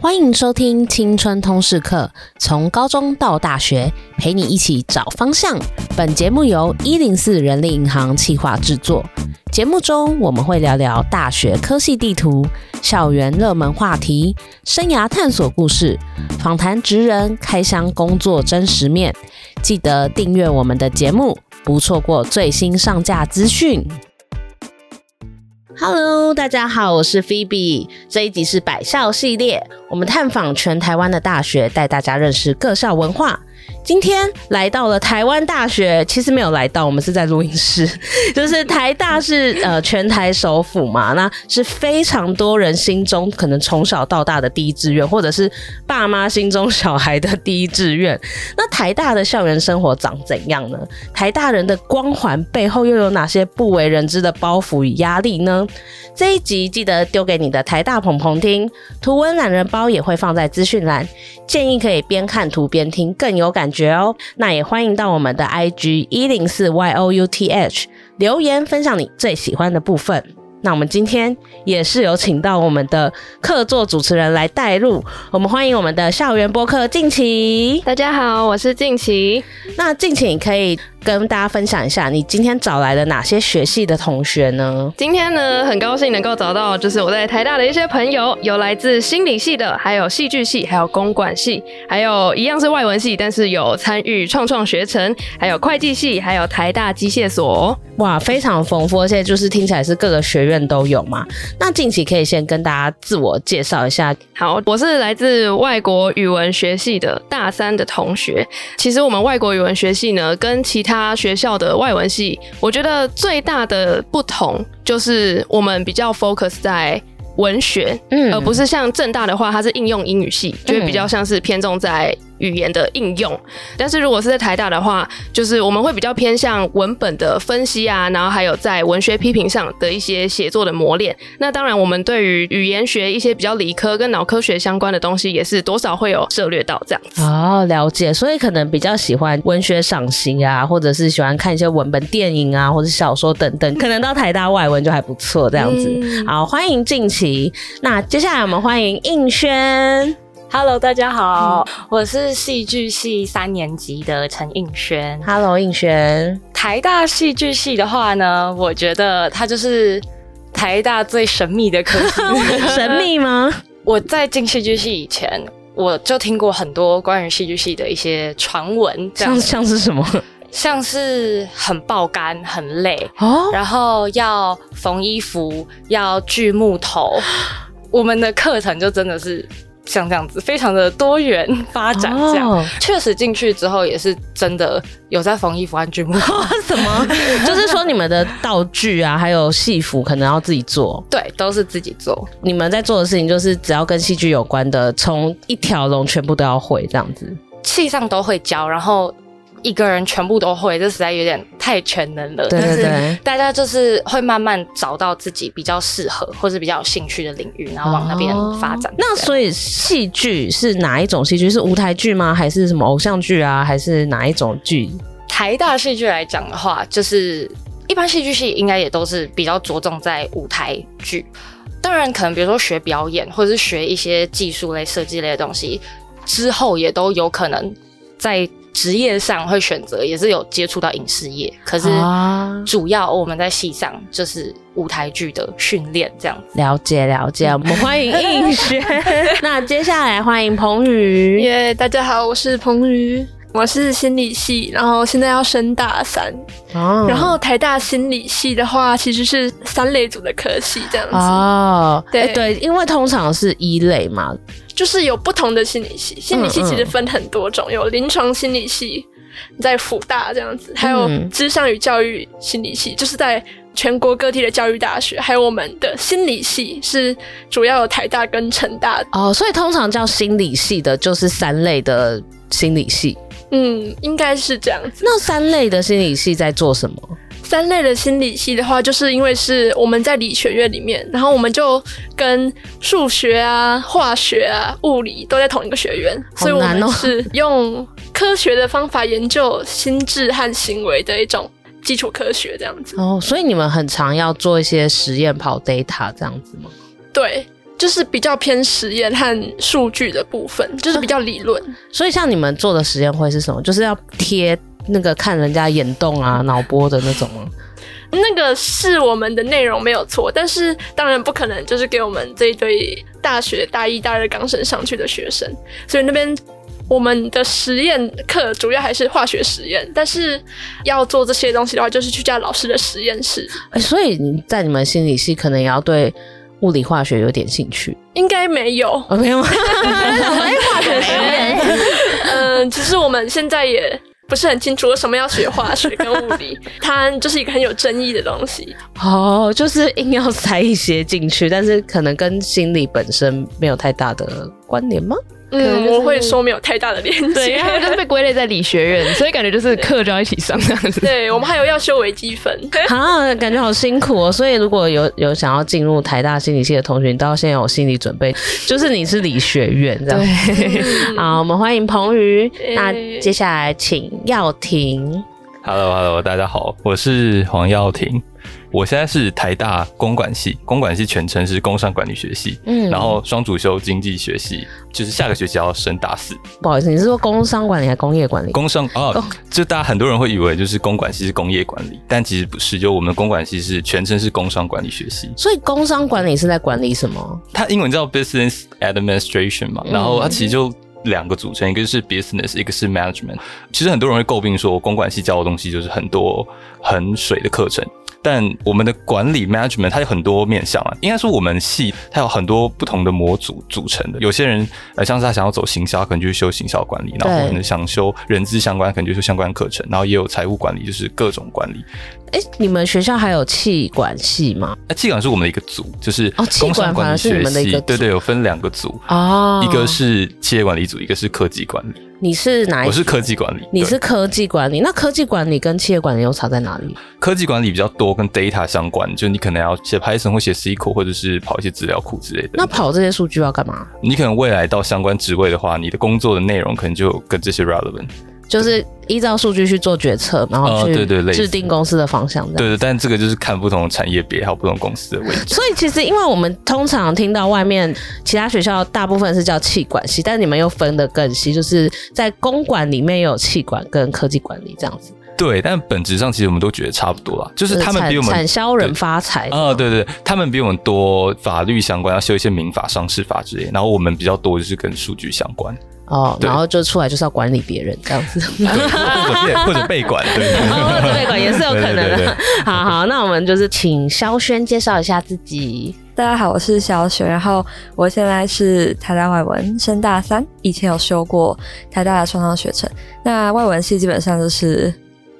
欢迎收听《青春通识课》，从高中到大学，陪你一起找方向。本节目由一零四人力银行企划制作。节目中我们会聊聊大学科系地图、校园热门话题、生涯探索故事，访谈职人开箱工作真实面。记得订阅我们的节目，不错过最新上架资讯。Hello，大家好，我是 Phoebe。这一集是百校系列，我们探访全台湾的大学，带大家认识各校文化。今天来到了台湾大学，其实没有来到，我们是在录音室。 就是台大是呃全台首府嘛，那是非常多人心中可能从小到大的第一志愿，或者是爸妈心中小孩的第一志愿。那台大的校园生活长怎样呢？台大人的光环背后又有哪些不为人知的包袱与压力呢？这一集记得丢给你的台大鹏鹏听，图文懒人包也会放在资讯栏，建议可以边看图边听，更有感觉哦。那也欢迎到我们的 IG 一零四 y o u t h 留言分享你最喜欢的部分。那我们今天也是有请到我们的客座主持人来带路，我们欢迎我们的校园播客近期。大家好，我是静琪。那敬请你可以跟大家分享一下，你今天找来了哪些学系的同学呢？今天呢，很高兴能够找到，就是我在台大的一些朋友，有来自心理系的，还有戏剧系，还有公管系，还有一样是外文系，但是有参与创创学程，还有会计系，还有台大机械所。哇，非常丰富，而且就是听起来是各个学院都有嘛。那近期可以先跟大家自我介绍一下，好，我是来自外国语文学系的大三的同学。其实我们外国语文学系呢，跟其他学校的外文系，我觉得最大的不同就是我们比较 focus 在文学嗯而不是像正大的话，它是应用英语系，就会比较像是偏重在语言的应用。但是如果是在台大的话，就是我们会比较偏向文本的分析啊，然后还有在文学批评上的一些写作的磨练。那当然，我们对于语言学一些比较理科跟脑科学相关的东西，也是多少会有涉略到这样子。哦，了解，所以可能比较喜欢文学赏析啊，或者是喜欢看一些文本电影啊，或者小说等等，可能到台大外文就还不错这样子。嗯好，欢迎近期。那接下来我们欢迎应轩。 Hello，大家好，嗯我是戏剧系三年级的陈映轩。 Hello，应轩。台大戏剧系的话呢，我觉得它就是台大最神秘的科系。 神秘吗？我在进戏剧系以前，我就听过很多关于戏剧系的一些传闻，这样像像是什么？像是很爆肝、很累，哦，然后要缝衣服，要锯木头。我们的课程就真的是像这样子，非常的多元发展这样。哦确实进去之后也是真的有在缝衣服和锯木 头，什么？ 就是说你们的道具啊，还有戏服可能要自己做。对，都是自己做。你们在做的事情就是只要跟戏剧有关的，从一条龙全部都要会这样子。气上都会教，然后一个人全部都会，这实在有点太全能了。对对但是对。大家就是会慢慢找到自己比较适合或是比较有兴趣的领域，然后往那边发展。哦那对所以戏剧是哪一种戏剧？是舞台剧吗？还是什么偶像剧啊？还是哪一种剧？台大戏剧来讲的话，就是一般戏剧系应该也都是比较着重在舞台剧，当然可能比如说学表演或者是学一些技术类、设计类的东西，之后也都有可能在职业上会选择，也是有接触到影视业，可是。啊主要我们在戏上就是舞台剧的训练，这样子。了解了解，我们欢迎映 轩。那接下来欢迎彭宇。耶大家好，我是彭瑜，我是心理系，然后现在要升大三。哦然后台大心理系的话，其实是三类组的科系这样子，哦，对诶对，因为通常是一类嘛，就是有不同的心理系。心理系嗯其实分很多种，有临床心理系，在辅大这样子，还有嗯智商与教育心理系，就是在全国各地的教育大学，还有我们的心理系是主要有台大跟成大。哦，所以通常叫心理系的，就是三类的心理系。嗯，应该是这样子。那三类的心理系在做什么？三类的心理系的话，就是因为是我们在理学院里面，然后我们就跟数学啊、化学啊、物理都在同一个学院，好所以我难哦们是用科学的方法研究心智和行为的一种基础科学这样子。哦，所以你们很常要做一些实验跑 data 这样子吗？对，就是比较偏实验和数据的部分，就是比较理论。所以像你们做的实验会是什么？就是要贴那个看人家眼动啊、脑波的那种吗？那个是我们的内容没有错，但是当然不可能就是给我们这一堆大学大一、大二刚升上去的学生，所以那边我们的实验课主要还是化学实验，但是要做这些东西的话，就是去叫老师的实验室，哎、所以你在你们心理系可能也要对物理化学有点兴趣，应该没有。哦、没有吗？ 化学实验，嗯，其实我们现在也。不是很清楚为什么要学化学跟物理，它就是一个很有争议的东西。哦，就是硬要塞一些进去，但是可能跟心理本身没有太大的关联吗？嗯，就是我会说没有太大的连接。对，因为他们就是被归类在理学院，所以感觉就是课就要一起上这样子。对我们还有要修微积 分，啊，感觉好辛苦哦。所以如果有有想要进入台大心理系的同学，你都要先有心理准备，就是你是理学院这样。 好，我们欢迎彭宇。那诶接下来请耀婷。 Hello Hello，大家好，我是黄耀廷，我现在是台大公管系，公管系全称是工商管理学系，嗯然后双主修经济学系，就是下个学期要升大四。不好意思，你是说工商管理还是工业管理？工商哦，就大家很多人会以为就是公管系是工业管理，但其实不是，就我们公管系是全称是工商管理学系，所以工商管理是在管理什么？它英文叫 Business Administration 嗯嘛，然后它其实就。两个组成，一个是 business，一个是 management。其实很多人会诟病说，公管系教的东西就是很多很水的课程，但我们的管理 management 它有很多面向啊，应该说我们系它有很多不同的模组组成的。有些人呃，像是他想要走行销，可能就去修行销管理；然后对可能想修人资相关，可能就修相关课程；然后也有财务管理，就是各种管理。哎、你们学校还有气管系吗？那气管是我们的一个组，就是哦气工商管反管而理是你学们的一系，个对组对，有分两个组。哦，一个是企业管理组，一个是科技管理。你是哪一？我是科技管理，你对是科技管理，那科技管理跟企业管理又差在哪里？科技管理比较多跟 data 相关，就你可能要写 Python 或写 SQL，或者是跑一些资料库之类的。那跑这些数据要干嘛？你可能未来到相关职位的话，你的工作的内容可能就跟这些 relevant。就是依照数据去做决策，然后呃去对对类似制定公司的方向这样。对对，但这个就是看不同的产业别还有不同公司的位置。所以其实，因为我们通常听到外面其他学校大部分是叫气管系，但你们又分得更细，就是在公管里面也有气管跟科技管理这样子。对，但本质上其实我们都觉得差不多啦，就是他们产比我们产销人发财。啊、对对，他们比我们多法律相关，要修一些民法、商事法之类，然后我们比较多就是跟数据相关，哦，对然后就出来就是要管理别人这样 子，对或者被或者被管，对，哦，这被管也是有可能啊对对对对的。好好，那我们就是请萧轩介绍一下自己。大家好，我是小雪，然后我现在是台大外文升大三，以前有修过台大的双商学程。那外文系基本上就是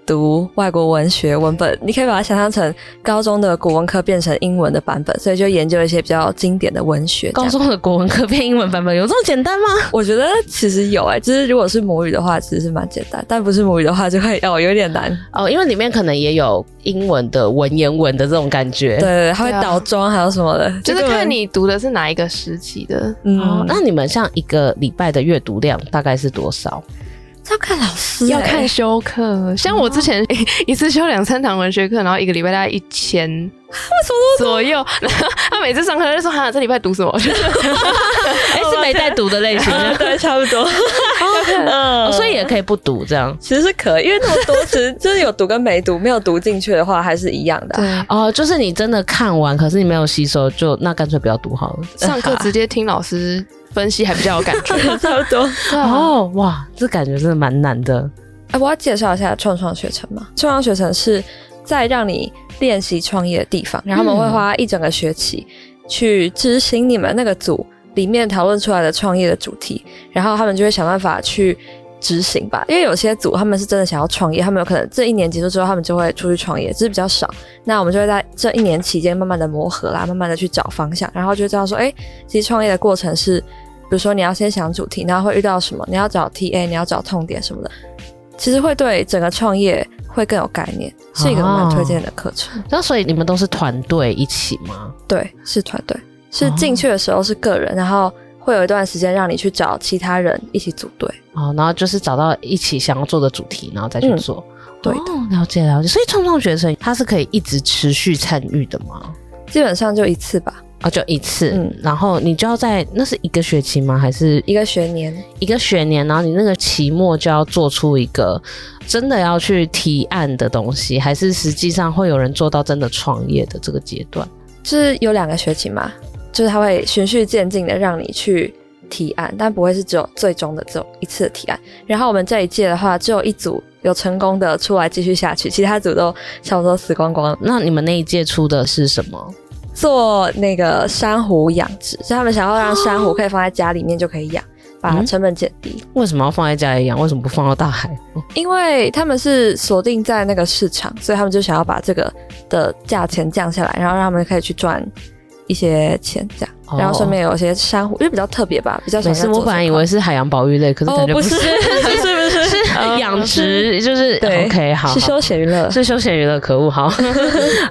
读外国文学文本，你可以把它想象成高中的国文科变成英文的版本，所以就研究一些比较经典的文学。高，中的国文科变英文版本有这么简单吗？我觉得其实有哎、就是如果是母语的话，其实是蛮简单，但不是母语的话就会哦有点难。哦，因为里面可能也有英文的文言文的这种感觉。对。对，对它会对啊倒装还有什么的，就是这个看你读的是哪一个时期的，嗯，哦，那你们像一个礼拜的阅读量大概是多 少？要看老师、要哎看 修课。像我之哦前 一次修两三堂文学课，然后一个礼拜大概一千左右。 然后他每次上课就说：“哈，这礼拜读什么？”我 就哎、是没在读的类型， 对，差不 多。呃嗯哦所以也可以不读这样。其实是可以，因为那么多，其实就是有读跟没读，没有读进去的话还是一样的啊、对，哦，就是你真的看完，可是你没有吸收，就那干脆不要读好了。上课直接听老师分析还比较有感 觉。差不多。哦，哦，哇，这感觉真的蛮难的。 哎，我要介绍一下创创学程嘛。创创学程是在让你练习创业的地方，然后我们会花一整个学期去执行你们那个组里面讨论出来的创业的主题，然后他们就会想办法去。执行吧，因为有些组他们是真的想要创业，他们有可能这一年结束之后，他们就会出去创业，只是比较少。那我们就会在这一年期间慢慢的磨合啦，慢慢的去找方向，然后就知道说，哎、其实创业的过程是，比如说你要先想主题，然后会遇到什么，你要找 TA，你要找痛点什么的，其实会对整个创业会更有概念，是一个蛮推荐的课程。那所以你们都是团队一起吗？对，是团队，是进去的时候是个人，然后会有一段时间让你去找其他人一起组队。哦，然后就是找到一起想要做的主题，然后再去嗯做。对的哦，了解了解。所以创创学生它是可以一直持续参与的吗？基本上就一次吧，哦，就一次，嗯然后你就要在那是一个学期吗？还是一个学年，一个学年？然后你那个期末就要做出一个真的要去提案的东西，还是实际上会有人做到真的创业的这个阶段？就是有两个学期嘛，就是它会循序渐进的让你去提案，但不会是只有最终的只有一次的提案。然后我们这一届的话，只有一组有成功的出来继续下去，其他组都差不多死光光了。那你们那一届出的是什么？做那个珊瑚养殖，所以他们想要让珊瑚可以放在家里面就可以养，把嗯成本减低。为什么要放在家里养？为什么不放到大海？因为他们是锁定在那个市场，所以他们就想要把这个的价钱降下来，然后让他们可以去赚一些钱，这样。哦然后顺便有一些珊瑚，因为比较特别吧，比较少没人在事，做我本来这以块为是海洋保育类，可是哦感觉不是，是 不是不是是养 殖，就是对 OK 好，是好休闲娱乐。 是休闲娱乐，可恶！ 好，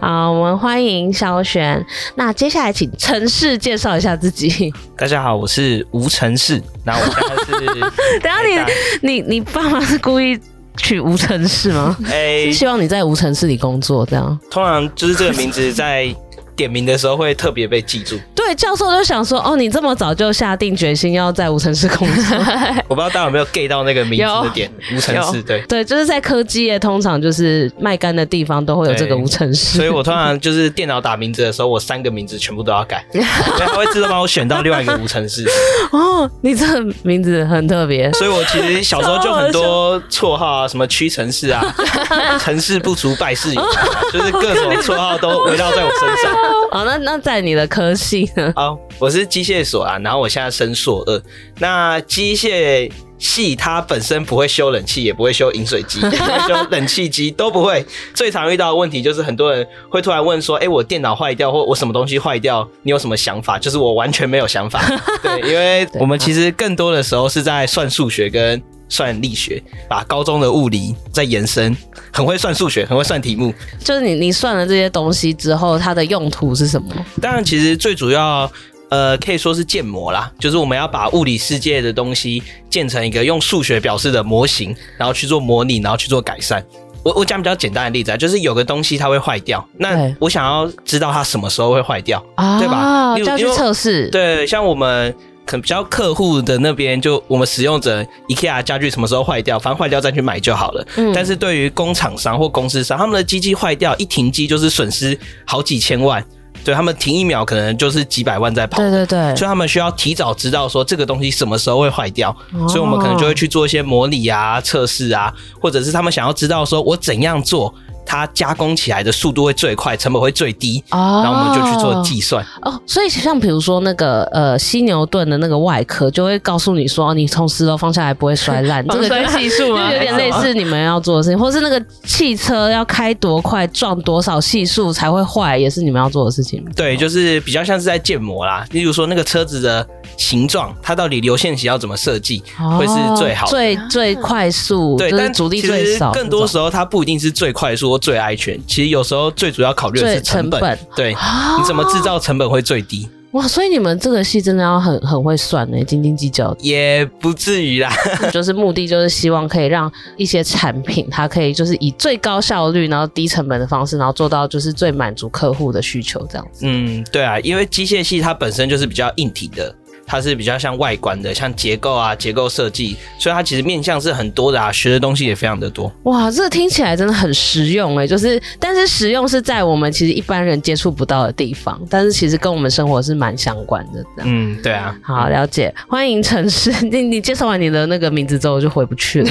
好，我们欢迎萧璇。那接下来请陈氏介绍一下自己。 大家好，我是吴成世，然后我现在是等 一下你你爸妈是故意取吴城市吗？ 哎、是希望你在吴城市里工作，这样。通常就是这个名字在点名的时候会特别被 记住，对，教授就想说，哦，你这么早就下定决心要在吴城市工作， 我不知道大家有没有 get 到那个名字的点，吴成世对。对，就是在科技业，通常就是卖干的地方都会有这个对吴城市。所以我通常就是电脑打名字的时候，我三个名字全部都要 改，所以它会自动帮我选到另外一个吴成世。哦，你这个名字很特 别。所以我其实小时候就很多绰号啊，什么屈臣氏啊， 成事不足败事有啊，就是各种绰号都围绕在我身上。哦，那那在你的科系 呢？好，我是机械所啊，然后我现在升硕二。那机械系它本身不会修冷气，也不会修饮水机，也不会修冷气机都不会。最常遇到的问题就是很多人会突然问说：“哎、我电脑坏掉，或我什么东西坏掉，你有什么想法？”就是我完全没有想法。对，因为我们其实更多的时候是在算数学跟。算力学，把高中的物理再延伸，很会算数学，很会算题目，就是你你算了这些东西之后，它的用途是什么？当然，其实最主要，呃，可以说是建模啦，就是我们要把物理世界的东西建成一个用数学表示的模型，然后去做模拟，然后去做改善。我我讲比较简单的例子啊，就是有个东西它会坏掉，那对我想要知道它什么时候会坏掉，啊对吧就因为要去因为测试。对，像我们可能比较客户的那边，就我们使用者 IKEA 家具什么时候坏掉，反正坏掉再去买就好了。但是对于工厂商或公司商，他们的机器坏掉一停机就是损失好几千万，对他们停一秒可能就是几百万在跑。对对对，所以他们需要提早知道说这个东西什么时候会坏掉，哦所以我们可能就会去做一些模拟啊、测试啊，或者是他们想要知道说我怎样做，它加工起来的速度会最快，成本会最低，哦，然后我们就去做计算。哦。所以像比如说那个呃犀牛盾的那个外壳，就会告诉你说，哦你从十楼放下来不会摔 烂，这个防摔就系数 就吗？有点类似你们要做的事情，或是那个汽车要开多快、撞多少系数才会坏，也是你们要做的事情。对，就是比较像是在建模啦。例如说那个车子的形状，它到底流线型要怎么设计，会是最好哦的。最最快速，对，就是但阻力其最实少这种，更多时候它不一定是最快速或最安全，其实有时候最主要考虑的最是成本。本哦对，你怎么制造成本会最低？哇，所以你们这个戏真的要很很会算呢，斤斤计较也不至于啦。就是目的就是希望可以让一些产品，它可以就是以最高效率，然后低成本的方式，然后做到就是最满足客户的需求这样子。嗯，对啊，因为机械系它本身就是比较硬体的，它是比较像外观的，像结构啊、结构设计，所以它其实面向是很多的啊，学的东西也非常的多。哇，这听起来真的很实用哎，就是但是实用是在我们其实一般人接触不到的地方，但是其实跟我们生活是蛮相关的这样。嗯，对啊。好，了解。欢迎陈氏，你你介绍完你的那个名字之后，我就回不去了，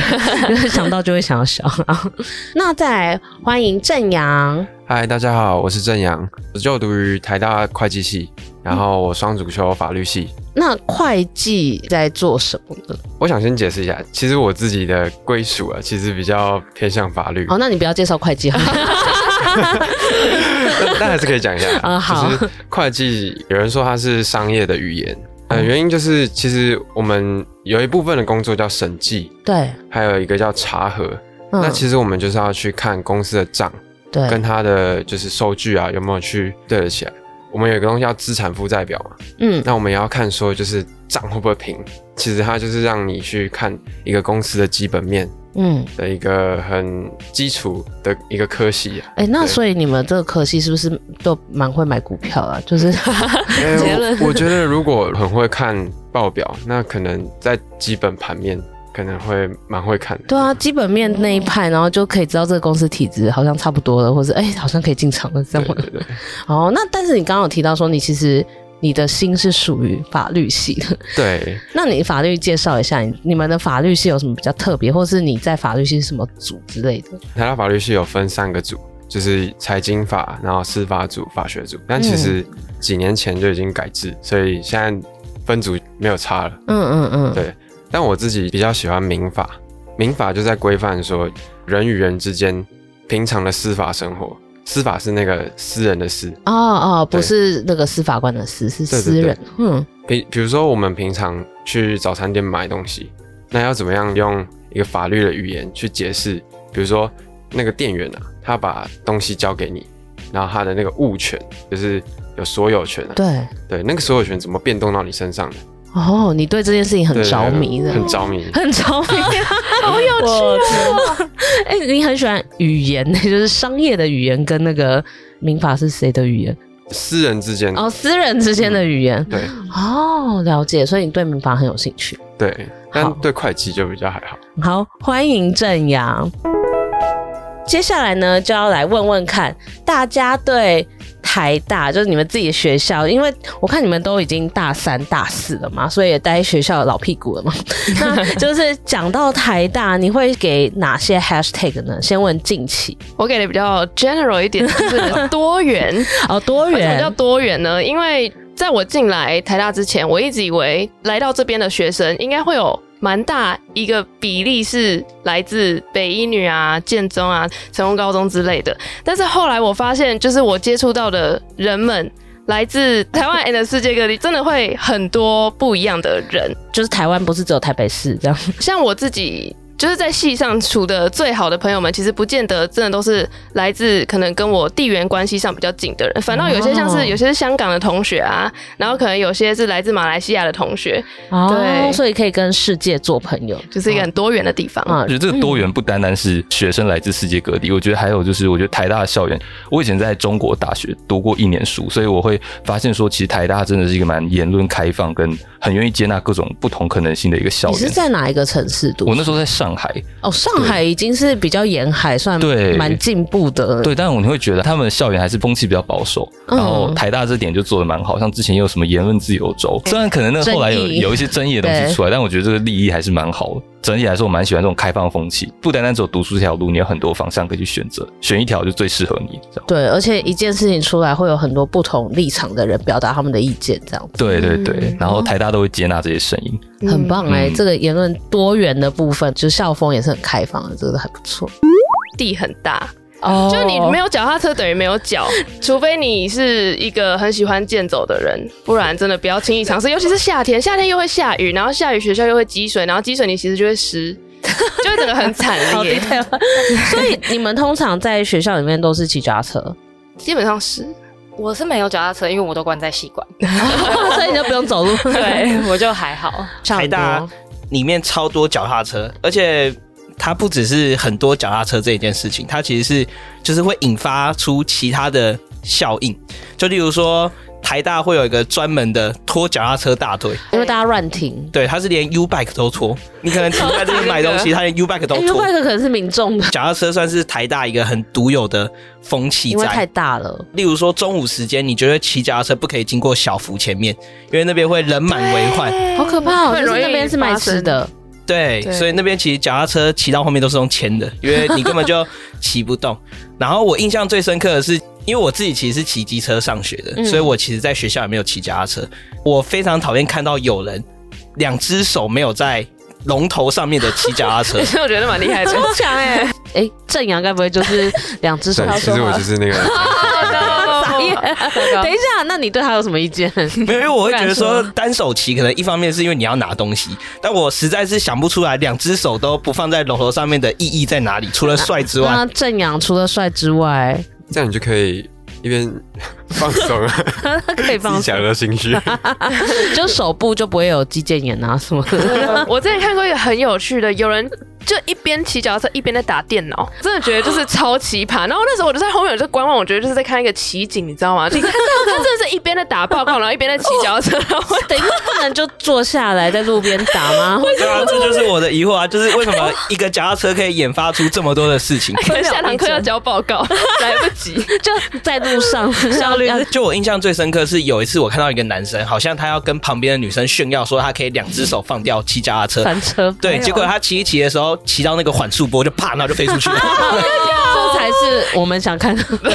就是想到就会想要笑。 好那再来欢迎正阳，嗨，大家好，我是郑阳，我就读于台大会计系，然后我双主修法律系。那会计在做什么呢？我想先解释一下，其实我自己的归属啊，其实比较偏向法律，哦，那你不要介绍会计好了。 但但还是可以 讲一下。啊好就是会计，有人说它是商业的语言，呃，嗯原因就是其实我们有一部分的工作叫审计，对，还有一个叫查核。嗯那其实我们就是要去看公司的账，对，跟它的就是收据啊有没有去对得起来。我们有一个东西叫资产负债表嘛，嗯，那我们也要看说，就是账会不会平。其实它就是让你去看一个公司的基本面，嗯，的一个很基础的一个科系啊。哎、那对所以你们这个科系是不是都蛮会买股票啊？ 就是哎 结论我我觉得如果很会看报表，那可能在基本盘面可能会蛮会看的。对啊，基本面那一派，然后就可以知道这个公司体质好像差不多了，或者哎、好像可以进场了这对样。对对，哦，那但是你刚刚有提到说，你其实你的心是属于法律系的， 对，那你法律介绍一下，你你们的法律系有什么比较特别，或是你在法律系是什么组之类的？台大法律系有分三个组，就是财经法，然后司法组、法学组。但嗯其实几年前就已经改制，所以现在分组没有差了。嗯嗯嗯，对，但我自己比较喜欢民法，民法就在规范说人与人之间平常的司法生活。司法是那个私人的私，哦哦，不对是那个司法官的司，是对对私对人。嗯比比如说我们平常去早餐店买东西，那要怎么样用一个法律的语言去解释？比如说那个店员啊，他把东西交给你，然后他的那个物权就是有所有权啊，对。对，那个所有权怎么变动到你身上的？哦，你对这件事情很对着迷的，很着迷。很着迷，好有趣哦！哎、你很喜欢语言， 就是商业的语言跟那个民法是谁的语言？私人之间，哦，私人之间的语言。对哦，了解，所以你对民法很有兴趣。对，但对会计就比较还好。好，欢迎正阳。接下来呢，就要来问问看大家对台大，就是你们自己的学校，因为我看你们都已经大三、大四了嘛，所以也待学校的老屁股了嘛。那就是讲到台大，你会给哪些 hashtag 呢？先问近期我给的比较 general 一点， 就是多元。哦，多为什么叫元多元呢？因为在我进来台大之前，我一直以为来到这边的学生应该会有蛮大一个比例是来自北一女啊、建中啊、成功高中之类的。但是后来我发现，就是我接触到的人们。来自台湾 and 世界各地，真的会很多不一样的人。就是台湾不是只有台北市这样，像我自己就是在戏上处的最好的朋友们，其实不见得真的都是来自可能跟我地缘关系上比较近的人，反倒有些像哦是有些是香港的同学啊，然后可能有些是来自马来西亚的同学，哦，对所以可以跟世界做朋友，就是一个很多元的地方。啊我觉得这个多元不单单是学生来自世界各地，我觉得还有就是，我觉得台大的校园，我以前在中国大学读过一年书，所以我会发现说，其实台大真的是一个蛮言论开放跟很愿意接纳各种不同可能性的一个校你是园。在哪一个城市读书？我那时候在上海，哦，上海已经是比较沿海，算对蛮进步的。对，但我会觉得他们的校园还是风气比较保守，嗯然后台大这点就做的蛮好，像之前也有什么言论自由周，虽然可能那后来有嗯争议有一些争议的东对西出来，但我觉得这个利益还是蛮好的。整体来说，我蛮喜欢这种开放风气，不单单只有读书这条路，你有很多方向可以去选择，选一条就最适合你。这样，对而且一件事情出来，会有很多不同立场的人表达他们的意见，这样子对对对，然后台大都会接纳这些声 音。很棒哎、嗯这个言论多元的部分，就校风也是很开放的，这个还不错。地很大，哦就你没有脚踏车等于没有脚，除非你是一个很喜欢健走的人，不然真的不要轻易尝试，尤其是夏天，夏天又会下雨，然后下雨学校又会积水，然后积水你其实就会 湿，就会整个很惨烈，所以你们通常在学校里面都是骑脚踏车， 基本上是。我是没有脚踏车，因为我都关在戏馆，所以你就不用走路。 对我就还好。 差台不大多。里面超多脚踏车，而且它不只是很多脚踏车这一件事情，它其实是就是会引发出其他的效应，就例如说台大会有一个专门的拖脚踏车大队，因为大家乱停。对，它是连 U bike 都拖，你可能停在这边买东西，它连 U bike 都因为拖哎外。科可能是民众的，脚踏车算是台大一个很独有的风气因为太在，大了。例如说中午时间，你觉得骑脚踏车不可以经过小福前面，因为那边会人满为 患。好可怕哦！很就是容易那边是卖吃的，对，对。所以那边其实脚踏车骑到后面都是用牵的，因为你根本就骑不动。然后我印象最深刻的是，因为我自己其实是骑机车上学的，嗯所以我其实在学校也没有骑脚踏车。我非常讨厌看到有人两只手没有在龙头上面的骑脚踏车所以我觉得蛮厉 害的。强哎、 哎、正阳该不会就是两只手对，其说实我话就是 那个，傻眼？ 等一下，那你对他有什么意 见？ 没有，因为我会觉得不说敢单手骑，可能一方面是因为你要拿东西，但我实在是想不出来两只手都不放在龙头上面的意义在哪里，除了帅之啊外嗯那。正阳除了帅之外，这样你就可以一边放松啊， 他 可以自己放讲的 情绪。就手部就不会有肌腱炎啊什么的。 我之前看过一个很有趣的，有人就一边骑脚踏车一边在打电脑，真的觉得就是超奇葩。然后那时候我就在后面我就观望，我觉得就是在看一个奇景，你知道 吗？你看到他真的是一边在打报告，然后一边在骑脚踏车，然后等一下不能就坐下来在路边打 吗？ 对啊，这就是我的疑惑啊，就是为什 么一个脚踏车可以研发出这么多的事情？可能下堂课要交报 告，来不及。就在路上 效率就我印象最深刻是有一次我看到一个男生，好像他要跟旁边的女生炫耀说他可以两只手放掉骑脚踏车，翻车，对，结果他骑一骑的时候骑到那个缓速波就啪，然后就飞出去了。 这才是我们想 看到的。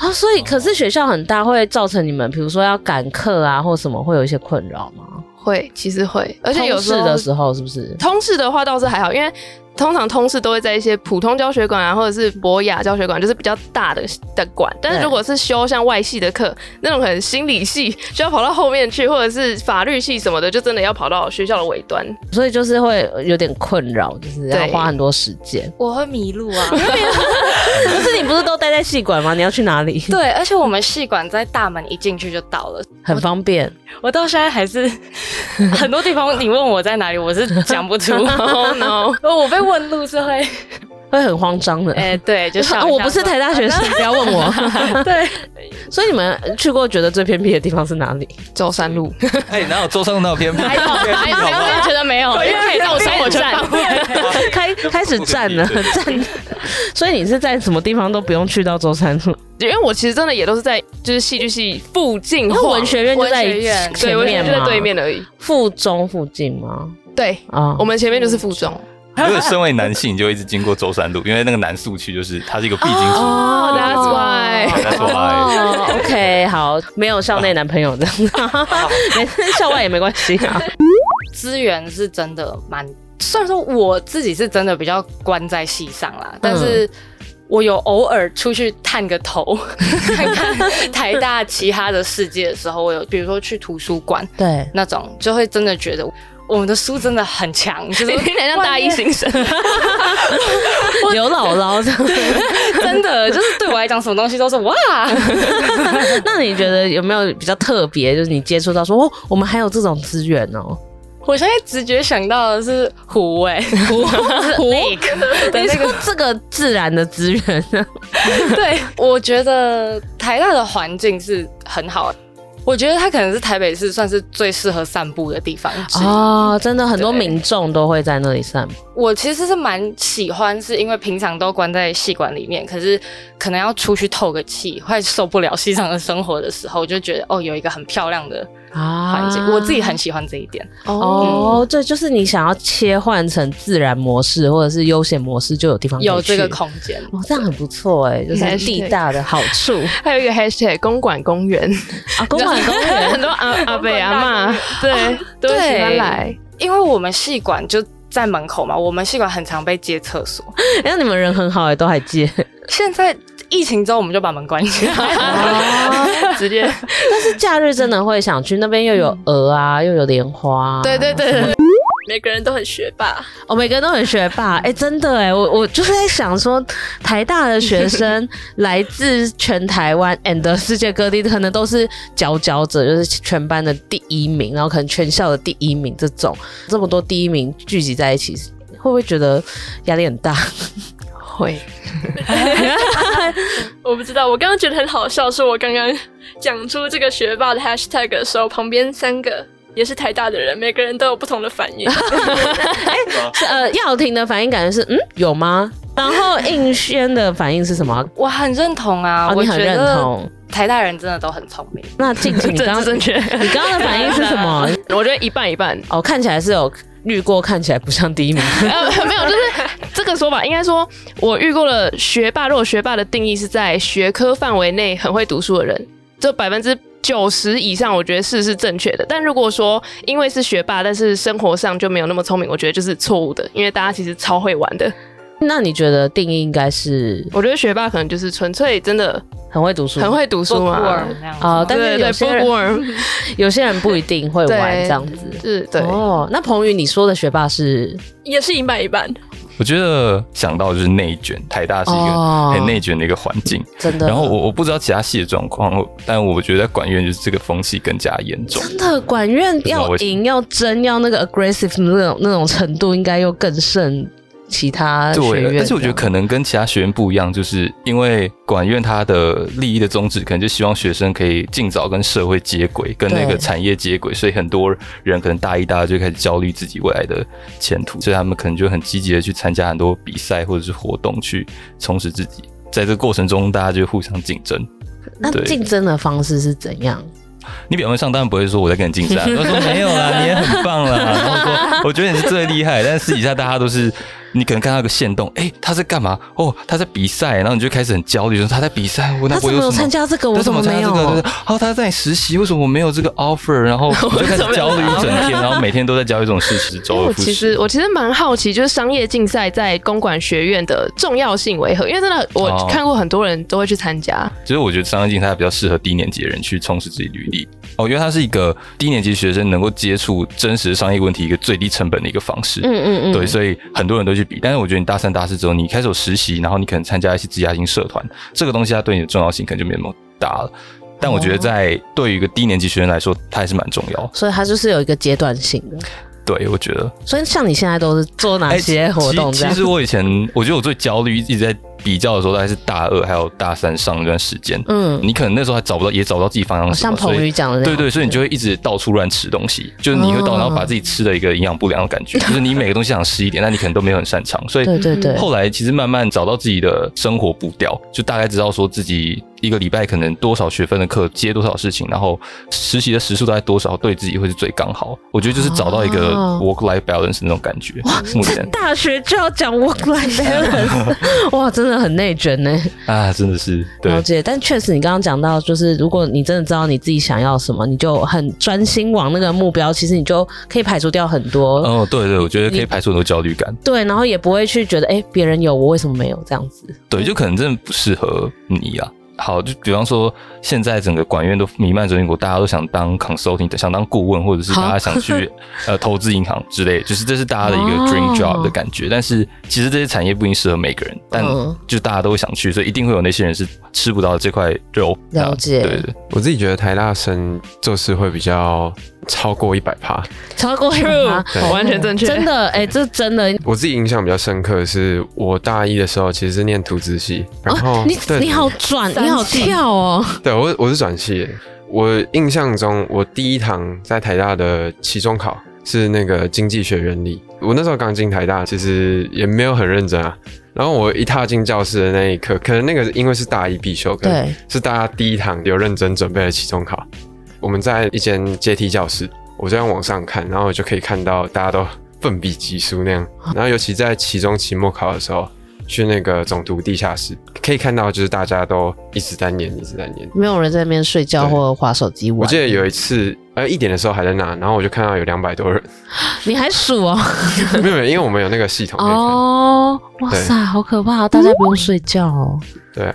啊，所以可是学校很大，会造成你们，比如说要赶课啊，或什么，会有一些困扰吗？会，其实会，而且有通时识候的时候是不是？通识的话倒是还好，因为通常通识都会在一些普通教学馆啊，或者是博雅教学馆，就是比较大的的馆。但是对如果是修像外系的课，那种可能心理系就要跑到后面去，或者是法律系什么的，就真的要跑到学校的尾 端。所以就是会有点困扰，就是要对花很多时间。我会迷路 啊。可是你不是都待在系馆吗？你要去哪里？对，而且我们系馆在大门一进去就到了， 很方便。我到现在 还是很多地方你问我在哪里，我是 讲不出。 Oh no！我被问路是会，会很慌张的。哎、对，就啊像我不是台大学 生，不要问我。 对，所以你们去过觉得最偏僻的地方是哪 里？走山路，哎，哪有桌上那偏僻？还好，哎还 好，我觉得没有，因为到生活圈范围。开开始站了， 站。所以你是在什么地方都不用去到舟山路，因为我其实真的也都是在就是戏剧系附近因为晃，文学院就在文学院对前文面学院就嘛，在对面而已。附中附近吗？对，啊、我们前面就是附中。如果身为男性，你就一直经过舟山路，因为那个南宿区就是它是一个必经之路。哦 that's why 对 Oh, That's why。哦，OK，好，没有校内男朋友这样， 没事校外也没关系啊。资源是真的蛮，虽然说我自己是真的比较关在戏上嗯啦，但是我有偶尔出去探个 头，看看台大其他的世界的时候，我有比如说去图书馆对，那种，就会真的觉得我们的书真的很强，就是你听起来像大一新生， 有姥姥这样。真的就是对我来讲，什么东西都是哇， 那你觉得有没有比较特别？就是你接触到说，哦，我们还有这种资源哦。我现在直觉想到的是湖哎、 湖湖的你那个说这个自然的资 源呢？对，我觉得台大的环境是很好。我觉得它可能是台北市算是最适合散步的地方之一。哦，真的很多对民众都会在那里散步。我其实是蛮喜欢，是因为平常都关在戏馆里面，可是可能要出去透个气，快受不了戏上的生活的时候，我就觉得哦，有一个很漂亮的啊环境，我自己很喜欢嗯这一点。哦，对，就是你想要切换成自然模式或者是悠闲模式，就有地方可以有这个去。空间，哦，这样很不错哎，就是地大的好处还有一个 hashtag 公馆公园，啊，公 馆公园 很多阿阿伯阿妈，对，都会喜欢来。因为我们戏馆就在门口嘛，我们戏馆很常被借厕所。哎，那你们人很好哎、都还借。现在疫情之后，我们就把门关起来。哦 直接但 是假日真的会想去那边，又有鹅啊，又有莲花、对对。对对，每个人都很学霸，我、每个人都很学霸，哎、真的哎、我我就是在想说，台大的学 生来自全台湾 and 世界各地，可能都是佼佼者，就是全班的第一名，然后可能全校的第一名这种，这么多第一名聚集在一起，会不会觉得压力很大？ 会我不知道。我刚刚觉得很好笑，是我刚刚讲出这个学霸的 hashtag 的时候，旁边三个也是台大的人，每个人都有不同的反应。 是呃，耀廷的反应感觉是嗯有吗？然后应轩的反应是什么？我很认同啊，啊，我你觉很认得同。台大人真的都很聪明。那静静，你刚 政治刚正确。你刚刚的反应是什 么？我觉得一半一半，哦，看起来是有滤过，看起来不像第一名。 呃，没有，就是这个说法，应该说，我遇过了学霸。如果学霸的定义是在学科范围内很会读书的人，这百分之九十以上，我觉得是是正确的。但如果说因为是学霸，但是生活上就没有那么聪明，我觉得就是错误的，因为大家其实超会玩的。那你觉得定义应该是我觉得学霸可能就是纯粹真的很会读书，很会读书嘛。哦啊，但是对有对些 b o o 人 k w o r m 有些人不一定会玩对这样子。是对。哦哦，那彭宇，你说的学霸是也是一半一半。我觉得想到就是内卷，台大是一哦个很内卷的一个环境。真的。然后我我不知道其他系的状况，我但我觉得在管院就是这个风气更加严重。真的管院知道要为什么赢、要争、要那个 aggressive 那种那种程度，应该又更胜其他呃学院这样。对，但是我觉得可能跟其他学院不一样，就是因为管院它的利益的宗旨，可能就希望学生可以尽早跟社会接轨，跟那对个产业接轨，所以很多人可能大一、大二就开始焦虑自己未来的前途，所以他们可能就很积极的去参加很多比赛或者是活动，去充实自己。在这个过程中，大家就互相竞争。那对竞争的方式是怎样？你表面上当然不会说我在跟你竞争、 啊，都说没有啦，你也很棒啦，然后说我觉得你是最厉害，但是私底下大家都是，你可能看到一个线动，哎、他在干嘛？哦，他在比赛，然后你就开始很焦虑，说他在比赛，我他那我怎么有有什参么？加这个？他我怎么么参没加这有？啊个？就是哦，他在实习，为什么我没有这个 offer？然后我就开始焦虑一整天，然后每天都在焦虑这种事情，周因为而我复其始实。我其实蛮好奇，就是商业竞赛在公管学院的重要性为何？因为真的我哦看过很多人都会去参加，其实我觉得商业竞赛比较适合低年级的人去充实自己履历哦，因为它是一个低年级学生能够接触真实商业问题一个最低成本的一个方式。嗯嗯嗯，对，所以很多人都去比。但是我觉得你大三、大四之后，你开始有实习，然后你可能参加一些自家性社团，这个东西它对你的重要性可能就没那么大了。但我觉哦得在对于一个低年级学生来说，它还是蛮重要。所以它就是有一个阶段性的。对，我觉得。所以像你现在都是做哪哎些活动其这其样？实我以前，我觉得我最焦虑一直在比较的时候，大概是大二还有大三上那段时间。嗯，哦你可能那时候还找不到，也找不到自己方向嗯是什像么，所彭以宇讲的那样，对对，所以你就会一直到处乱吃东西，就是你会到，哦然后把自己吃的一个营养不良的感觉，就是你每个东西想吃一点，但你可能都没有很擅长，所以对对对后来其实慢慢找到自己的生活步调，就大概知道说自己一个礼拜可能多少学分的课，接多少事情，然后实习的时数大概多少，对自己会是最刚好。我觉得就是找到一个哦 work life balance 的那种感觉。目前 大学就要讲 work life balance，哇，真的很内卷呢。啊，真的是对了。解，但确实你刚刚讲到，就是如果你真的知道你自己想要什么，你就很专心往那个目标，其实你就可以排除掉很多。哦，对对，我觉得可以排除很多焦虑感。对，然后也不会去觉得，哎、别人有，我为什么没有这样子？对，就可能真的不适合你啊。好，就比方说，现在整个管院都弥漫着英国，大家都想当 consulting，想当顾问，或者是好大家想去 呃投资银行之类，就是这是大家的一个 dream 哦 job 的感觉。但是其实这些产业不一定适合每个人，但嗯就大家都会想去，所以一定会有那些人是吃不到这块肉。啊了解对对对，我自己觉得台大生做事会比较超过一百趴。超过 True，吗？对啊完全正确，真的，哎、这真的，我自己印象比较深刻的是，我大一的时候其实是念图资系，然后、哦，你对你好转，你好跳哦，对我我是转系的。我印象中，我第一堂在台大的期中考是那个经济学原理。我那时候刚进台大，其实也没有很认真啊。然后我一踏进教室的那一刻，可能那个因为是大一必修课，对，是大家第一堂有认真准备的期中考。我们在一间阶梯教室，我这样往上看，然后我就可以看到大家都奋笔疾书那样。啊然后尤其在期中、期末考的时候，去那个总图地下室，可以看到就是大家都一直在念，一直在念。没有人在那边睡觉对或划手机玩。我记得有一次，呃，一点的时候还在那，然后我就看到有两百 多人，你还数哦，没有，没有，因为我们有那个系统可以看。哦，哇对塞，好可怕、哦！大家不用睡觉哦，对啊，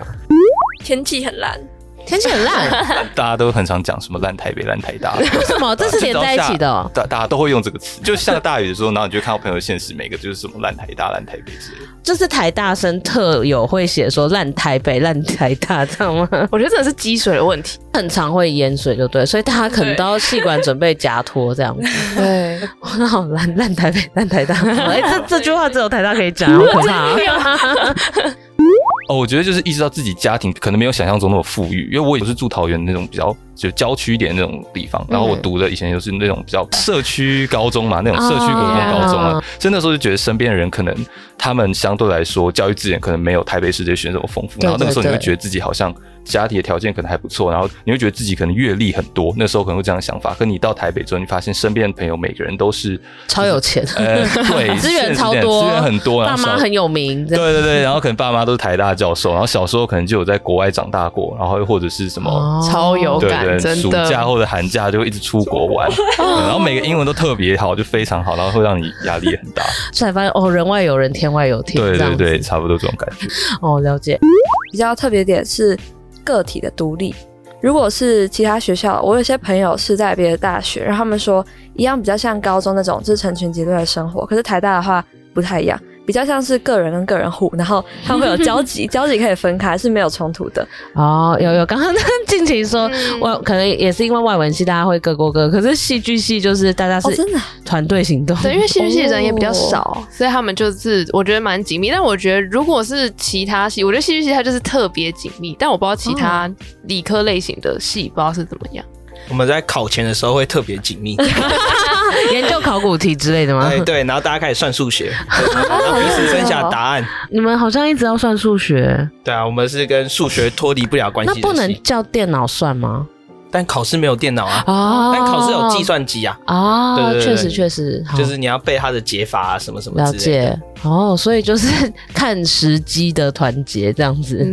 天气很烂，天气很 烂，大家都很常讲什么烂台北、烂台 大，为什么？这是连在一起的、哦。大大家都会用这个词。就下大雨的时候，然后你就看到朋友现实，每个就是什么烂台大、烂台北之类的。就是台大生特有会写说烂台北、烂台大，知道吗？ 我觉得真的是积水的问题。 很常会淹水，就对，所以大家可能都要气管准备夹拖这样子。对，哇好烂烂台北、烂 台大，哎、这这句话只有台大可以讲， 好可怕、哦，我觉得就是意识到自己家庭可能没有想象中那么富裕，因为我也不是住桃园那种比较就郊区一点的那种地方，然后我嗯读的以前就是那种比较社区高中嘛，那种社区国中高中啊，哦所以那时候就觉得身边的人可能他们相对来说教育资源可能没有台北市这些学生这么丰富，对然后那个时候你对会对觉得自己好像家庭的条件可能还不错，然后你会觉得自己可能阅历很多，那时候可能会这样的想法，可你到台北之后，你发现身边的朋友每个人都是超有钱， 呃对资现源实超点多，资源很多，啊然爸后妈少很有名，这样对对对，然后可能爸妈都是台大教授，然后小时候可能就有在国外长大过，然后或者是什么。哦超有对感，对，真暑的。假或者寒假就会一直出国玩， 然后每个英文都特别好，就非常好，然后会让你压力也很大。才发现哦，人外有人，天外有天，对这样对子对，差不多这种感觉。哦，了解。比较特别点是个体的独立。如果是其他学校，我有些朋友是在别的大学，然后他们说一样比较像高中那种，就是成群结队的生活。可是台大的话不太一样，比比较像是个人跟个人户，然后他们会有交 集，交集可以分开是没有冲突的。哦，有有，刚刚近期说，我可能也是因为外文系大家会各过各，可是戏剧系就是大家哦，是真的啊，团队行动，对，因为戏剧系人也比哦较少，所以他们就是我觉得蛮紧密。但我觉得如果是其他系，我觉得戏剧系它就是特别紧密，但我不知道其他哦理科类型的系不知道是怎么样。我们在考前的时候会特别紧密， 研究考古题之类的吗？对对，然后大家开始算数学，对哦然后彼此分享答案。 你们好像一直要算数学，对啊，我们是跟数学脱离不了关那系。不能，叫电脑算吗？但考试没有电脑啊，哦，但考试有计算机啊，哦，对对对确实确实，好就是你要背它的解法啊，什么什么了之类的。解哦，所以就是 看时机的团结这样子。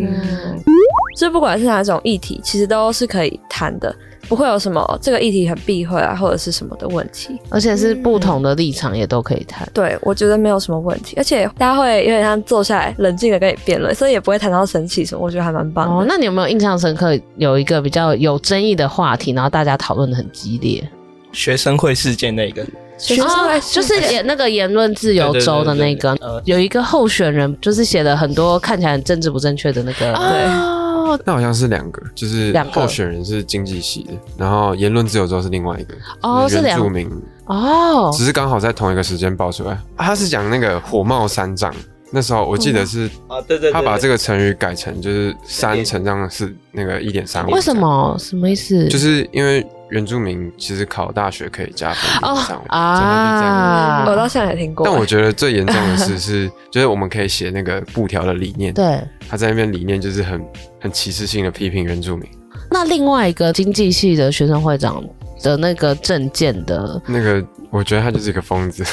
就不管是哪种议题，其实都是可以谈的，不会有什么这个议题很避讳啊，或者是什么的问题。而且是不同的立场也都可以谈。对，我觉得没有什么问题，而且大家会有点像坐下来冷静的跟你辩论，所以也不会谈到生气什么，我觉得还蛮棒的。哦，那你有没有印象深刻有一个比较有争议的话题，然后大家讨论的很激烈？学生会事件那个，学生哦会，就是也那个言论自由州的那个对对对对对呃，有一个候选人，就是写了很多看起来很政治不正确的那个，哦，那好像是两个，就是两个候选人是经济系的，然后言论自由州是另外一个，哦就是原两住民，哦，只是刚好在同一个时间爆出来。啊他是讲那个火冒三丈，那时候我记得是啊对对对他把对这个成语改成就是三乘上是那个一点三五，为什？么？什么意思？就是因为原住民其实考大学可以加分哦以上啊。啊，我到现在也听过。但我觉得最严重的事 是，就是我们可以写那个布条的理念，对。他在那边理念就是很很歧视性的批评原住民。那另外一个经济系的学生会长的那个证件的，那个我觉得他就是一个疯子，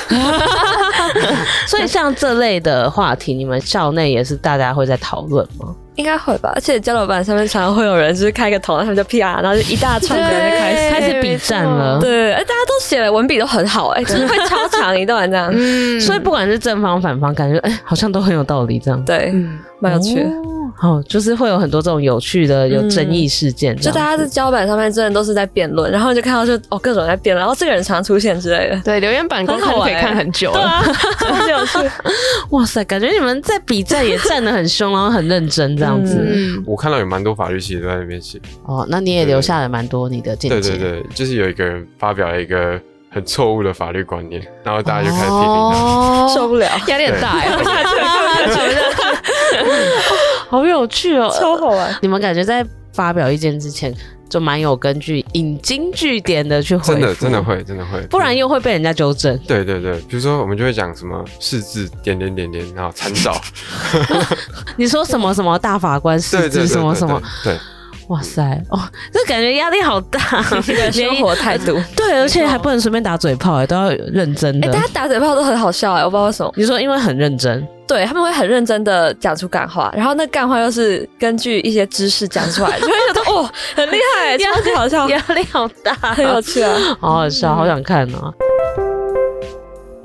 所以像这类的话题，你们校内也是大家会在讨论吗？应该会吧，而且交流版上面常常会有人就是开个头，他们就啪，然后就一大串的人就开始开始比战了。对，哎，大家都写的文笔都很好、哎，就是会超长一段这样，嗯所以不管是正方反方，感觉哎、好像都很有道理这样。对，蛮有趣的。哦，就是会有很多这种有趣的、有争议事件这嗯就样子、大家在交流版上面真的都是在辩论，然后就看到就哦各种人在辩论，然后这个人常出现之类的，对，留言板光看很好可以玩看很久了。啊超有趣。哦 哇塞，感觉你们在比战也战得很凶，然后很认真这样子。嗯嗯，我看到有蛮多法律系都在那边写。哦，那你也留下了蛮多你的见解。对对对，就是有一个人发表了一个很错误的法律观念，然后大家就开始批评哦他。受不了，压力很大 哎，好有趣哦，超好玩。你们感觉在发表意见之前，就蛮有根据、引经据典的去回复，真的真的，会真的会，不然又会被人家纠正。对对对，比如说我们就会讲什么释字点点点点，然后参 照，你说什么什么大法官对是对对指对什么什么，，对对，哇塞，哦，这感觉压力好大，生活态度，对，而且还不能随便打嘴炮，哎，都要认真哎、的大。家打嘴炮都很好笑哎、我不知道为什么。你说因为很认真，对他们会很认真的讲出干话，然后那干话又是根据一些知识讲出来，就会觉得哦很厉害，超级好 笑，压力 好大，很有趣啊。好好笑，好想看啊！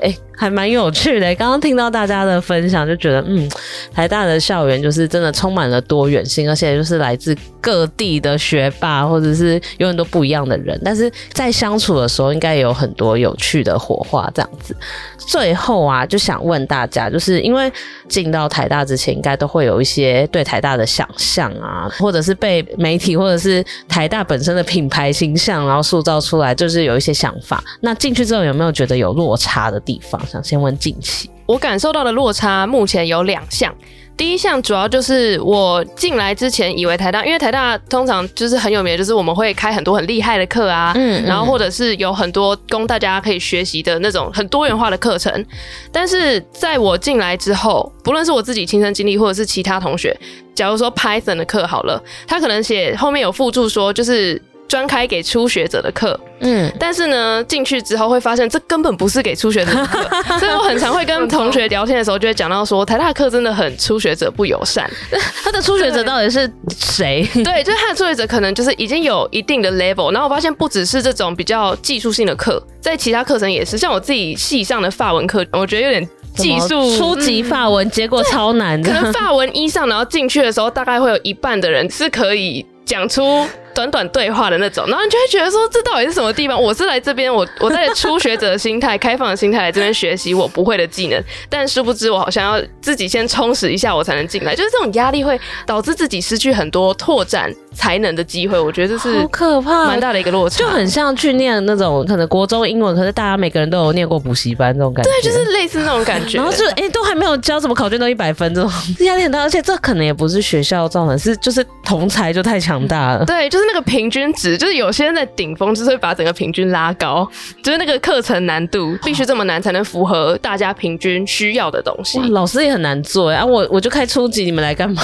哎，还蛮有趣的。刚刚听到大家的分享，就觉得嗯，台大的校园就是真的充满了多元性，而且就是来自各地的学霸，或者是有很多不一样的人。但是在相处的时候，应该也有很多有趣的火花这样子。最后啊，就想问大家，就是因为进到台大之前，应该都会有一些对台大的想象啊，或者是被媒体或者是台大本身的品牌形象，然后塑造出来，就是有一些想法。那进去之后有没有觉得有落差的地方？想先问近期。我感受到的落差目前有两项。第一项主要就是我进来之前以为台大，因为台大通常就是很有名，的就是我们会开很多很厉害的课啊，嗯嗯然后或者是有很多供大家可以学习的那种很多元化的课程。但是在我进来之后，不论是我自己亲身经历，或者是其他同学，假如说 Python 的课好了，他可能写后面有附注说就是专开给初学者的课，嗯，但是呢，进去之后会发现这根本不是给初学者的课，所以我很常会跟同学聊天的时候就会讲到说，台大课真的很初学者不友 善。 他的初学者到底是谁？对，就是他的初学者可能就是已经有一定的 level，然后我发现不只是这种比较技术性的课，在其他课程也是，像我自己系上的法文课，我觉得有点技怎么术初级法文，结果超难可能的。 法文一上，然后进去的时候，大概会有一半的人是可以讲出短短对话的那种，然后你就会觉得说，这到底是什么地方？我是来这边，我 我带着初学者的心态、开放的心态来这边学习我不会的技能，但殊不知我好像要自己先充实一下，我才能进来。就是这种压力会导致自己失去很多拓展才能的机会，我觉得这好是可怕，蛮大的一个落 差，就很像去念那种可能国中英文，可是大家每个人都有念过补习班这种感觉，对，就是类似那种感 觉。然后就哎、都还没有交，怎么考卷都一百分这种，压力很大，而且这可能也不是学校造成，是就是同才就太强大了。 对，就是那个平均值，就是有些人在顶峰，就是会把整个平均拉高，就是那个课程难度必须这么难，才能符合大家平均需要的东西哇，。老师也很难做哎、啊！我我就开初级，你们来干嘛？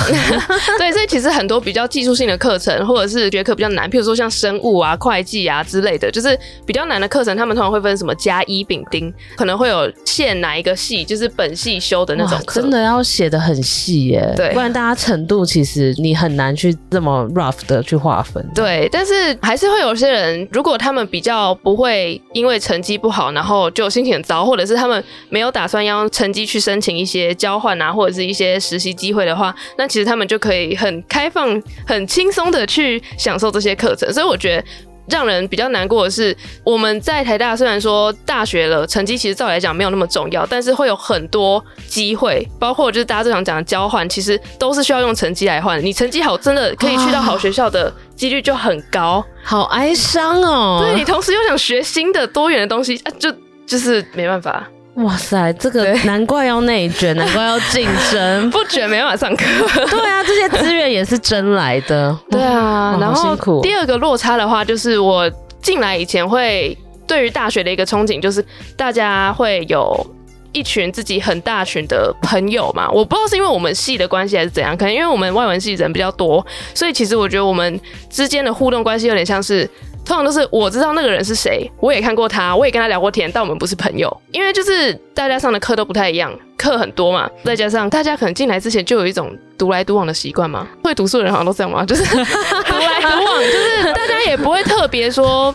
对，所以其实很多比较技术性的课程，或者是学科比较难，譬如说像生物啊、会计啊之类的，就是比较难的课程，他们通常会分什么加一丙丁，可能会有限哪一个系，就是本系修的那种哇 课。真的要写的很细耶、对不然大家程度其实你很难去这么 rough 的去划分。对，但是还是会有些人，如果他们比较不会因为成绩不好，然后就心情很糟，或者是他们没有打算要用成绩去申请一些交换啊，或者是一些实习机会的话，那其实他们就可以很开放、很轻松的去享受这些课程。所以我觉得。让人比较难过的是，我们在台大虽然说大学了，成绩其实照理来讲没有那么重要，但是会有很多机会，包括就是大家最常讲的交换，其实都是需要用成绩来换。你成绩好，真的可以去到好学校的几率就很高。好哀伤哦。对你同时又想学新的多元的东西，啊、就就是没办法，哇塞，这个难怪要内 卷，难怪要竞争。不卷没办法上课。 对啊，这些资源也是争来的。 对啊哇，然好辛后苦哦第二个落差的话，就是我进来以前会对于大学的一个憧憬，就是大家会有。一群自己很大群的朋友嘛，我不知道是因为我们系的关系还是怎样，可能因为我们外文系人比较多，所以其实我觉得我们之间的互动关系有点像是，通常都是我知道那个人是谁，我也看过他，我也跟他聊过天，但我们不是朋友，因为就是大家上的课都不太一样，课很多嘛，再加上大家可能进来之前就有一种独来独往的习惯嘛，会读书的人好像都这样嘛，就是 独来独往，就是大家也不会特别说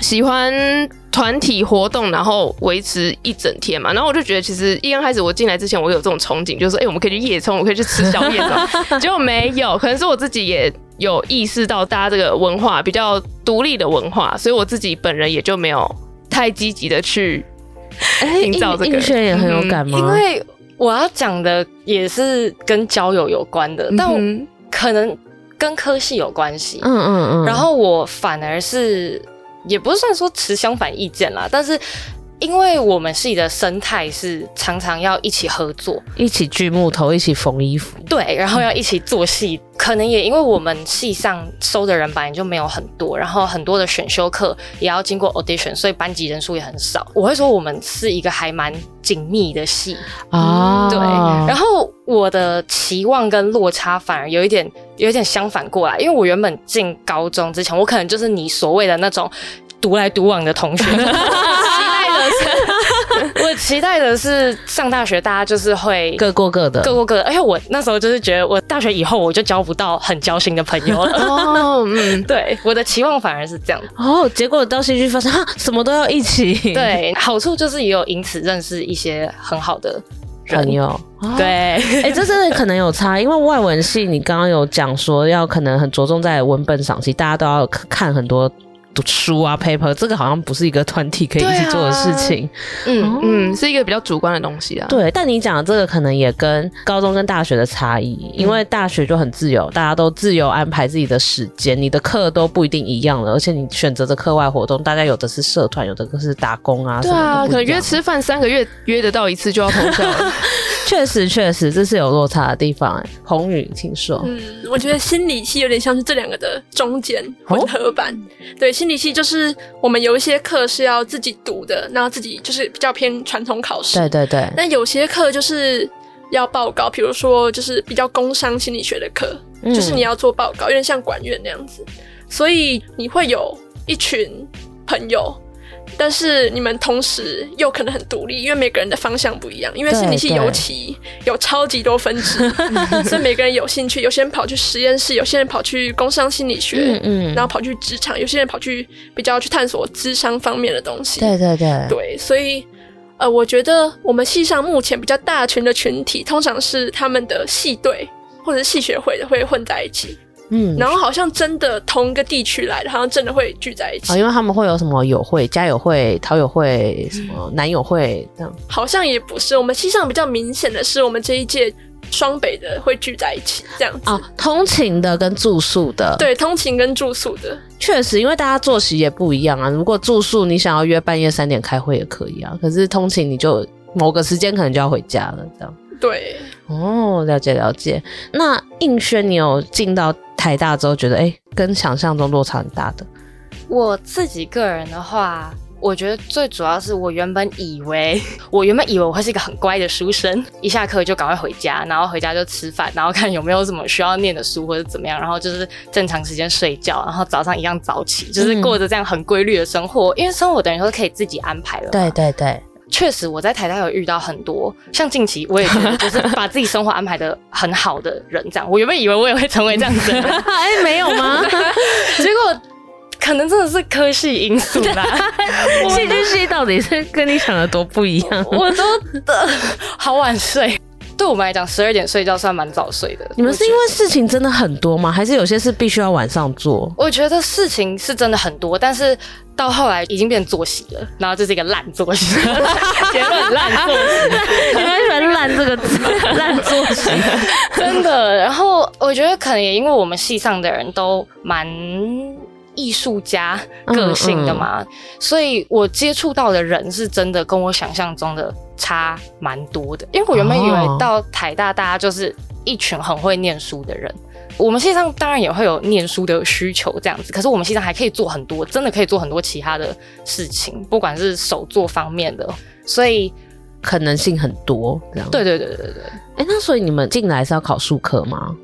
喜欢团体活动，然后维持一整天嘛。然后我就觉得，其实一刚开始我进来之前，我有这种憧憬，就是说，哎、我们可以去夜冲，我可以去吃宵夜什 么结果没有，可能是我自己也有意识到大家这个文化比较独立的文化，所以我自己本人也就没有太积极的去哎，营造这个映轩也很有感吗？因为我要讲的也是跟交友有关的，但我嗯可能跟科系有关系。嗯嗯嗯，然后我反而是也不是算说持相反意见啦，但是因为我们系的生态是常常要一起合作，一起锯木头，一起缝衣服。对，然后要一起做戏，可能也因为我们系上收的人本来就没有很多，然后很多的选修课也要经过 audition，所以班级人数也很少。我会说我们是一个还蛮紧密的系，啊，对，然后我的期望跟落差反而有一点有一点相反过来，因为我原本进高中之前，我可能就是你所谓的那种独来独往的同学，我期待的是，我 期待的是上大学大家就是会各过各的，各过各的，而且我那时候就是觉得我大学以后我就交不到很交心的朋友 了。哦，嗯，对，我的期望反而是这样。哦，结果到戏剧发现，哈，什么都要一起。，对，好处就是也有因此认识一些很好的人。朋友。对，哎、这真的可能有差，因为外文系你刚刚有讲说要可能很着重在文本赏析，大家都要看很多读书啊 paper，这个好像不是一个团体可以一起做的事情。嗯，嗯，是一个比较主观的东西啊。对，但你讲的这个可能也跟高中跟大学的差异，因为大学就很自由，大家都自由安排自己的时间，你的课都不一定一样了，而且你选择的课外活动，大家有的是社团，有的是打工啊，对什么啊，都可不能一样约吃饭三个月约得到一次就要通宵了。确实确实这是有落差的地方、哎，宏宇，请说。嗯，我觉得心理系有点像是这两个的中间混合版。对，心理系就是我们有一些课是要自己读的，然后自己就是比较偏传统考试。对对对，那有些课就是要报告，比如说就是比较工商心理学的课，嗯就是你要做报告，有点像管院那样子。所以你会有一群朋友，但是你们同时又可能很独立，因为每个人的方向不一样。因为心理系对对尤其有超级多分 支，所以每个人有兴趣，有些人跑去实验室，有些人跑去工商心理学嗯，嗯，然后跑去职场，有些人跑去比较去探索智商方面的东西。对对对，对，所以呃，我觉得我们系上目前比较大群的群体，通常是他们的系队或者是系学会的会混在一起。嗯，然后好像真的同一个地区来的，好像真的会聚在一哦，起，因为他们会有什么友会、家友会、桃友会、什么男友会这样。好像也不是。我们西上比较明显的是，我们这一届双北的会聚在一起这样子。哦，通勤的跟住宿的，，对，通勤跟住宿的，确实，因为大家作息也不一样啊。如果住宿你想要约半夜三点开会也可以啊，可是通勤你就某个时间可能就要回家了，这样。对，哦，了解了解。那应轩，你有进到台大之后觉得，哎、跟想象中落差很大的，我自己个人的话，我觉得最主要是我原本以为， 我原本以为我会是一个很乖的书生，一下课就赶快回家，然后回家就吃饭，然后看有没有什么需要念的书或者怎么样，然后就是正常时间睡觉，然后早上一样早嗯起，就是过着这样很规律的生活。因为生活等于说可以自己安排了嘛。对对对，确实，我在台大有遇到很多，像近期我也觉得就是把自己生活安排的很好的人，这样。我原本以为我也会成为这样子的 人，哎、没有吗？结果可能真的是科系 因素啦。 戏剧系到底是跟你想的多不一样？我都呃 好晚睡，对我们来讲，十二点睡觉算蛮早睡的。你们是因我觉为事情真的很多吗？还是有些事必须要晚上做？我觉得事情是真的很多，但是到后来已经变成作息了，然后就是一个烂 作息，结论烂作息。你们喜欢“烂”这个 字，烂作息。真的。然后我觉得可能也因为我们系上的人都蛮艺术家个性的嘛，所以我接触到的人是真的跟我想象中的差蛮多的。因为我原本以哦为到台大大家就是一群很会念书的人。我们系上当然也会有念书的需求这样子，可是我们系上还可以做很多，真的可以做很多其他的事情，不管是手作方面的，所以可能性很多，这样。对对对对对对。哎、那所以你们进来是要考数科吗？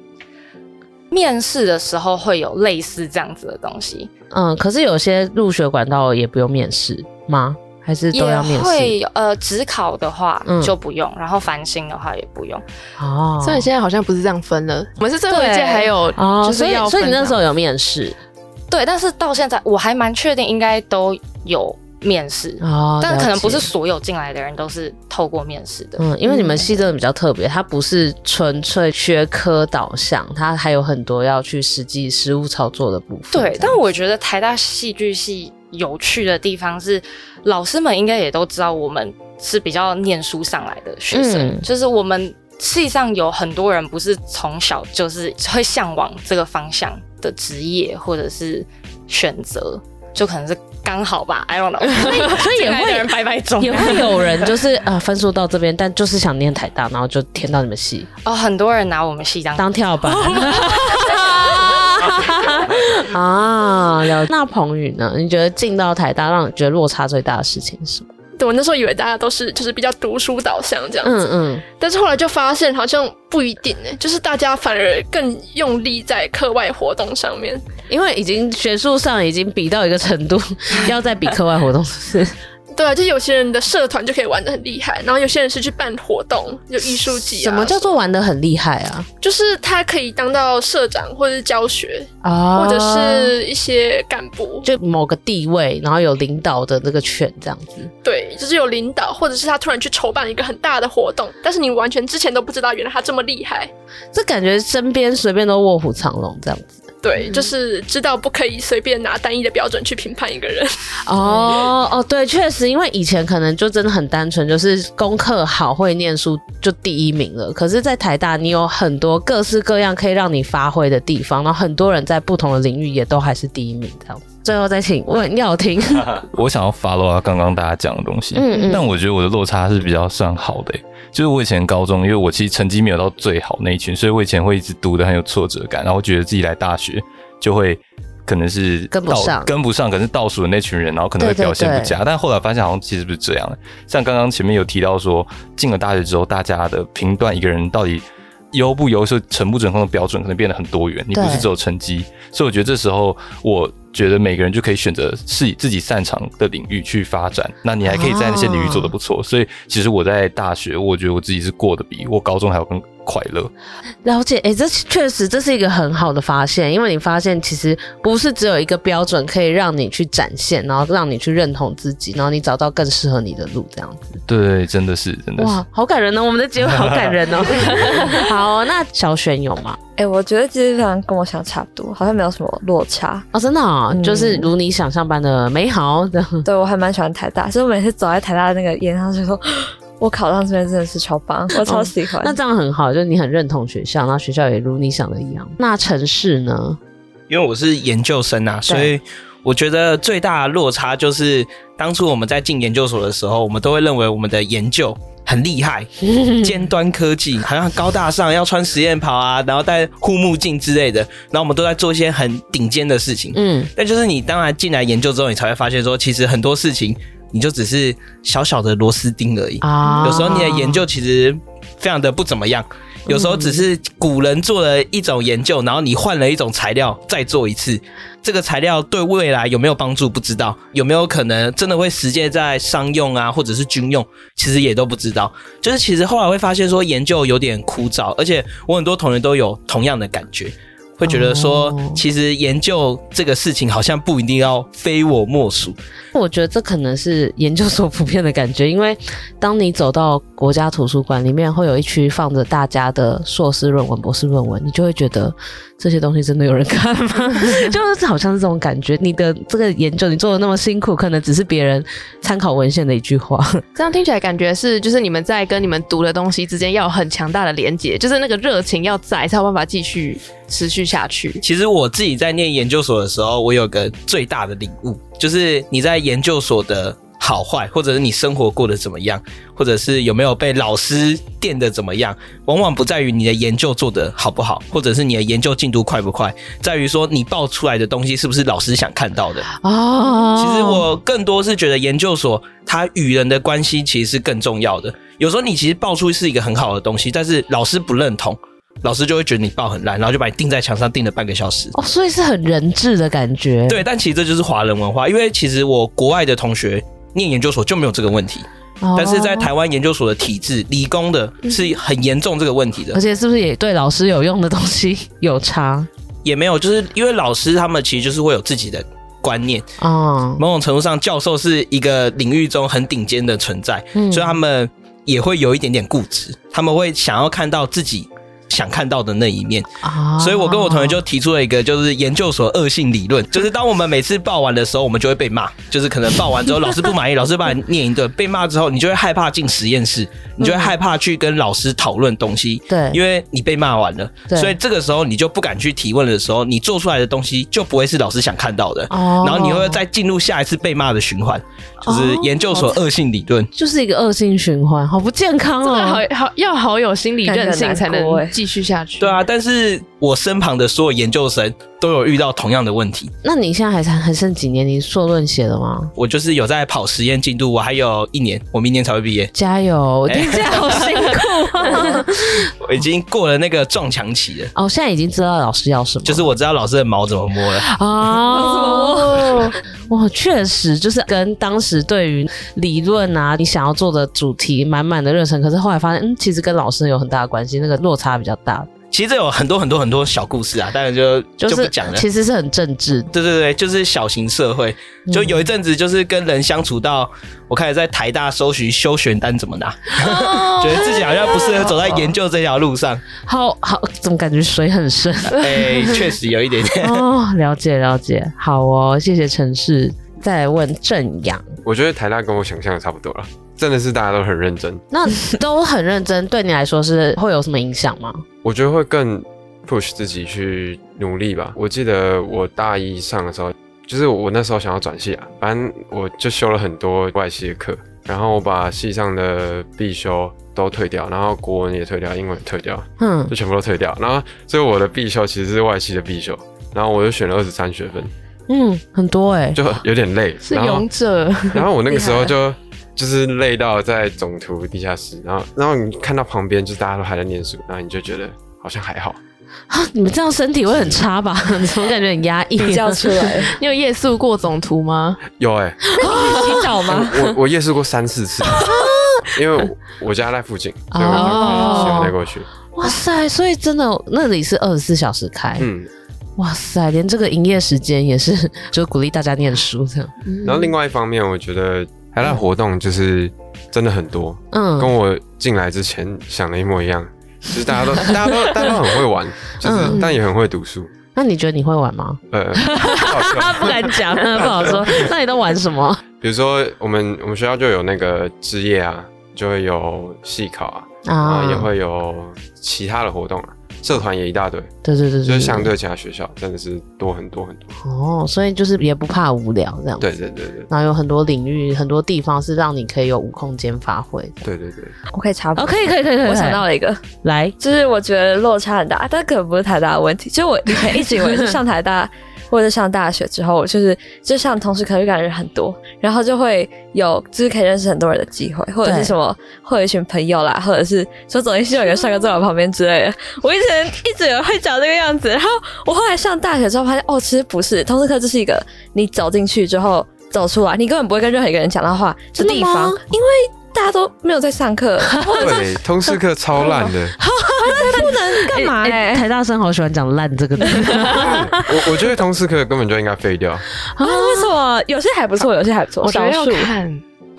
面试的时候会有类似这样子的东西，嗯，可是有些入学管道也不用面试吗？还是也都要面会试？有呃，职考的话嗯就不用，然后繁星的话也不用。哦，虽然现在好像不是这样分了，我们是最后一届对还有哦，就所是以要所以你分那的时候有面试对，但是到现在我还蛮确定应该都有面试，哦，但可能不是了解所有进来的人都是透过面试的。嗯，因为你们系真的比较特别，它不是纯粹学科导向，它还有很多要去实际实务操作的部分。对，这但样我觉得台大戏剧系有趣的地方是，老师们应该也都知道我们是比较念书上来的学生，嗯就是我们系上有很多人不是从小就是会向往这个方向的职业或者是选择，就可能是刚好吧，I don't know，所以也会人百百种，也会有人就是啊、呃分数到这边，但就是想念台大，然后就填到你们系哦，很多人拿我们系当 当跳板。啊，了那彭宇呢？你觉得进到台大让你觉得落差最大的事情是什么？对我那时候以为大家都是就是比较读书导向这样子，嗯嗯，但是后来就发现好像不一定哎、就是大家反而更用力在课外活动上面。因为已经学术上已经比到一个程度，要再比课外活动 是不是对啊，就有些人的社团就可以玩的很厉害，然后有些人是去办活动，有艺术节、啊。什么叫？做玩的很厉害啊？就是他可以当到社长，或者是教学，啊或者是一些干部。就某个地位，然后有领导的那个权这样子。对，就是有领导，或者是他突然去筹办一个很大的活动，但是你完全之前都不知道，原来他这么厉害。这感觉身边随便都卧虎藏龙这样子对，就是知道不可以随便拿单一的标准去评判一个人。哦哦，对，确实，因为以前可能就真的很单纯，就是功课好、会念书就第一名了。可是，在台大，你有很多各式各样可以让你发挥的地方，然后很多人在不同的领域也都还是第一名这样子。最后再请问耀廷， 我想要 follow 啊，刚刚大家讲的东西，嗯嗯但我觉得我的落差是比较算好的欸、就是我以前高中，因为我其实成绩没有到最好那一群，所以我以前会一直读的很有挫折感，然后觉得自己来大学就会可能是跟不倒上跟不上，可能是倒数的那群人，然后可能会对对表现不对佳。但后来发现好像其实不是这样的，像刚刚前面有提到说，进了大学之后，大家的评断一个人到底。优不优秀、成不成功的标准可能变得很多元，你不是对只有成绩，所以我觉得这时候，我觉得每个人就可以选择是以自己擅长的领域去发展。那你还可以在那些领域做得不错。所以其实我在大学，我觉得我自己是过得比我高中还要更快乐。了解，哎、这确实这是一个很好的发现，因为你发现其实不是只有一个标准可以让你去展现，然后让你去认同自己，然后你找到更适合你的路，这样子。对，真的是，真的是。哇，好感人哦！我们的结尾好感人哦。 好，那小璇有吗？哎、我觉得基本上跟我想差不多，好像没有什么落差。哦，真的、哦，嗯就是如你想象般的美好 的。对我还蛮喜欢台大，所以我每次走在台大的那个沿上就说，我 考上这边真的是超棒，我超喜欢。那这样很好，就是你很认同学校，然后学校也如你想的一样。那城市呢？因为我是研究生啊，所以我觉得最大的落差就是，当初我们在进研究所的时候，我们都会认为我们的研究很 厉害，尖端科技，好像很高大上，要穿实验袍啊，然后戴护目镜之类的，然后我们都在做一些很顶尖的事情。嗯，但就是你当然进来研究之后，你才会发现说，其实很多事情你就只是小小的螺丝钉而已。啊有时候你的研究其实非常的不怎么样，有时候只是古人做了一种研究，然后你换了一种材料再做一次，这个材料对未来有没有帮助不知道，有没有可能真的会实践在商用啊或者是军用，其实也都不知道。就是其实后来会发现说研究有点枯燥，而且我很多同学都有同样的感觉。会觉得说哦，其实研究这个事情好像不一定要非我莫属，我觉得这可能是研究所普遍的感觉，因为当你走到国家图书馆里面，会有一区放着大家的硕士论文、博士论文，你就会觉得这些东西真的有人看 吗？就是好像是这种感觉。你的这个研究，你做的那么辛苦，可能只是别人参考文献的一句话。这样听起来感觉是，就是你们在跟你们读的东西之间要有很强大的连接，就是那个热情要在，才有办法继续持续下去。其实我自己在念研究所的时候，我有个最大的领悟，就是你在研究所的好坏，或者是你生活过得怎么样，或者是有没有被老师电的怎么样，往往不在于你的研究做得好不好，或者是你的研究进度快不快，在于说你报出来的东西是不是老师想看到的。哦，其实我更多是觉得研究所它与人的关系其实是更重要的。有时候你其实报出是一个很好的东西，但是老师不认同，老师就会觉得你报很烂，然后就把你钉在墙上钉了半个小时。哦，所以是很人质的感觉。，对，但其实这就是华人文化，因为其实我国外的同学念研究所就没有这个问题，哦嗯但是在台湾研究所的体制，理工的是很严重这个问题的，而且是不是也对老师有用的东西有差也没有，就是因为老师他们其实就是会有自己的。观念 哦，某种程度上，教授是一个领域中很顶尖的存在，嗯所以他们也会有一点点固执，他们会想要看到自己想看到的那一面。啊所以我跟我同学就提出了一个就是研究所恶性理论，就是当我们每次报完的时候，我们就会被骂，就是可能报完之后老师不 满意，老师把你念一顿，被骂之后你就会害怕进实验室，你就会害怕去跟老师讨论东西。对，因为你被骂完了，嗯对所以这个时候你就不敢去提问的时候，你做出来的东西就不会是老师想看到的，哦然后你会再进入下一次被骂的循环，就是研究所恶性理论。就是一个恶性循环，好不健康这个好哦。好要好有心理韧性才感觉很难过欸能继续下去。对啊，但是我身旁的所有研究生都有遇到同样的问题，那你现在还剩还剩几年？你硕论写了吗？我就是有在跑实验进度，我还有一年，我明年才会毕业，加 油！我听起来好辛苦哦。我已经过了那个撞墙期了。 哦，现在已经知道老师要什么，就是我知道老师的毛怎么摸了， 哦，哇，确实就是跟当时对于理论啊，你想要做的主题满满的热忱，可是后来发现，嗯，其实跟老师有很大的关系，那个落差比较大，其实这有很多很多很多小故事啊，当然就就不是讲了。其实是很政治的。对对对，就是小型社会，嗯就有一阵子就是跟人相处到，我开始在台大搜寻休学单怎么拿，哦 觉得自己好像不适合走在研究这条 路上。好好，怎么感觉水很深？ 哎，确实有一点点。哦，了解了解，好哦，谢谢陈氏。再来问正阳，我觉得台大跟我想象的差不多了，真的是大家都很认真。那都很认真，对你来说是会有什么影响吗？我觉得会更 push 自己去努力吧。我记得我大一上的时候，就是我那时候想要转系啊，反正我就修了很多外系的课，然后我把系上的必修都退掉，然后国文也退掉，英文也退掉，嗯就全部都退掉。然后所以我的必修其实是外系的必修，然后我就选了二十三学分，嗯，很多哎、就有点累。是然后勇者， 然后我那个时 候就就是累到在总图地下室，然后然后你看到旁边就是大家都还在念书，然后你就觉得好像还好，啊， 你们这样身体会很差 吧？怎么感觉很压抑？啊比较出来， 你有夜宿过总图吗？有哎、 洗澡吗？我我夜宿过三四次，因为我我家在附近，哦所以我就可以骑车过去。哇塞！所以真的那里是二十四小时开，嗯，哇塞，连这个营业时间也是，就鼓励大家念书这样。然后另外一方面，我觉得海带活动就是真的很多，跟嗯我进来之前想的一模一样，就是大家都大家都大家都很会玩，就是、嗯但也很会读书。那你觉得你会玩吗？呃，好笑 不敢讲，啊 不好说。那你都玩什么？比如说我们我们学校就有那个职业啊，就会有戏考啊，然啊后也会有其他的活动啊，社团也一大堆，对对对对，就是相对其他学校真的是多很多很多。哦，所以就是也不怕无聊这样。对对对对然后有很多领域、很多地方是让你可以有无空间发挥的。对对 对，我可以插播哦，可以可以可以可以，我想到了一个，来，就是我觉得落差很大，但可能不是台大的问题。就是我以前一直以为是上台大或者上大学之后，就是就上同时可遇感人很多，然后就会有就是可以认识很多人的机会，或者对是什么会有一群朋友啦，或者是说总一系有一个帅哥坐我旁边之 类的。我以前一直以为会长这个样子，然后我后来上大学之后发现，哦，其实不是，同时课就是一个你走进去之后走出来，你根本不会跟任何一个人讲到话的真的地方吗，因为大家都没有在上 课，或者对，通识课超烂 的，不能干嘛、欸哎台大生好喜欢讲“烂”这个字我我觉得通识课根本就应该废掉。啊！为什么有些还不错，有些还不错？我觉少得要数看，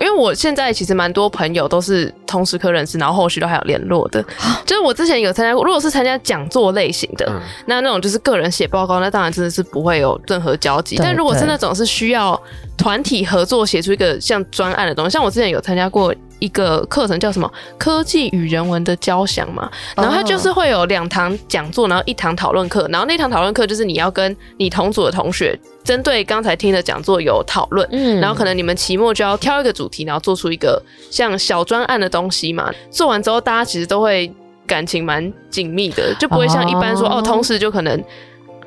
因为我现在其实蛮多朋友都是同时科认识，然后后续都还有联络的。啊就是我之前有参加过，如果是参加讲座类型的，嗯，那那种就是个人写报告，那当然真的是不会有任何交集。对但如果是那种是需要团体合作写出一个像专案的东西，像我之前有参加过一个课程叫什么“科技与人文的交响”嘛，然后哦它就是会有两堂讲座，然后一堂讨论课，然后那堂讨论课就是你要跟你同组的同学针对刚才听的讲座有讨 论，嗯然后可能你们期末就要挑一个主题，然后做出一个像小专案的东西嘛。做完之后，大家其实都会感情蛮紧密的，就不会像一般说哦哦同时就可能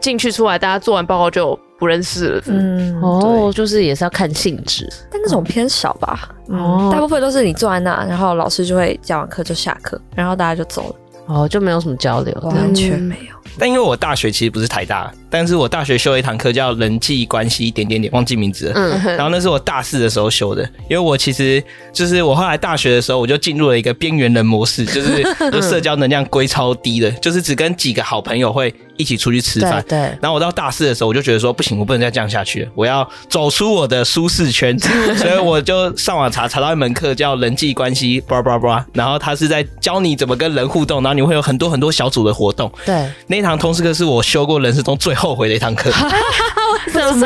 进去出来，大家做完报告就不认识了。嗯，哦，就是也是要看性质但那种偏少吧。哦嗯，大部分都是你坐在那，然后老师就会讲完课就下课，然后大家就走了，哦，就没有什么交流。嗯完全没有。但因为我大学其实不是台大，但是我大学修了一堂课叫人际关系点点点，忘记名字了。嗯，然后那是我大四的时候修的，因为我其实就是我后来大学的时候，我就进入了一个边缘人模式，就是就社交能量归超低的，就是只跟几个好朋友会一起出去吃对饭。对，然后我到大四的时候，我就觉得说不行，我不能再这样下去了，我要走出我的舒适圈，所以我就上网查，查到一门课叫人际关系，叭叭叭，然后它是在教你怎么跟人互动，然后你会有很多很多小组的活动。对，那一堂通识课是我修过人生中最后悔的一 堂课，就是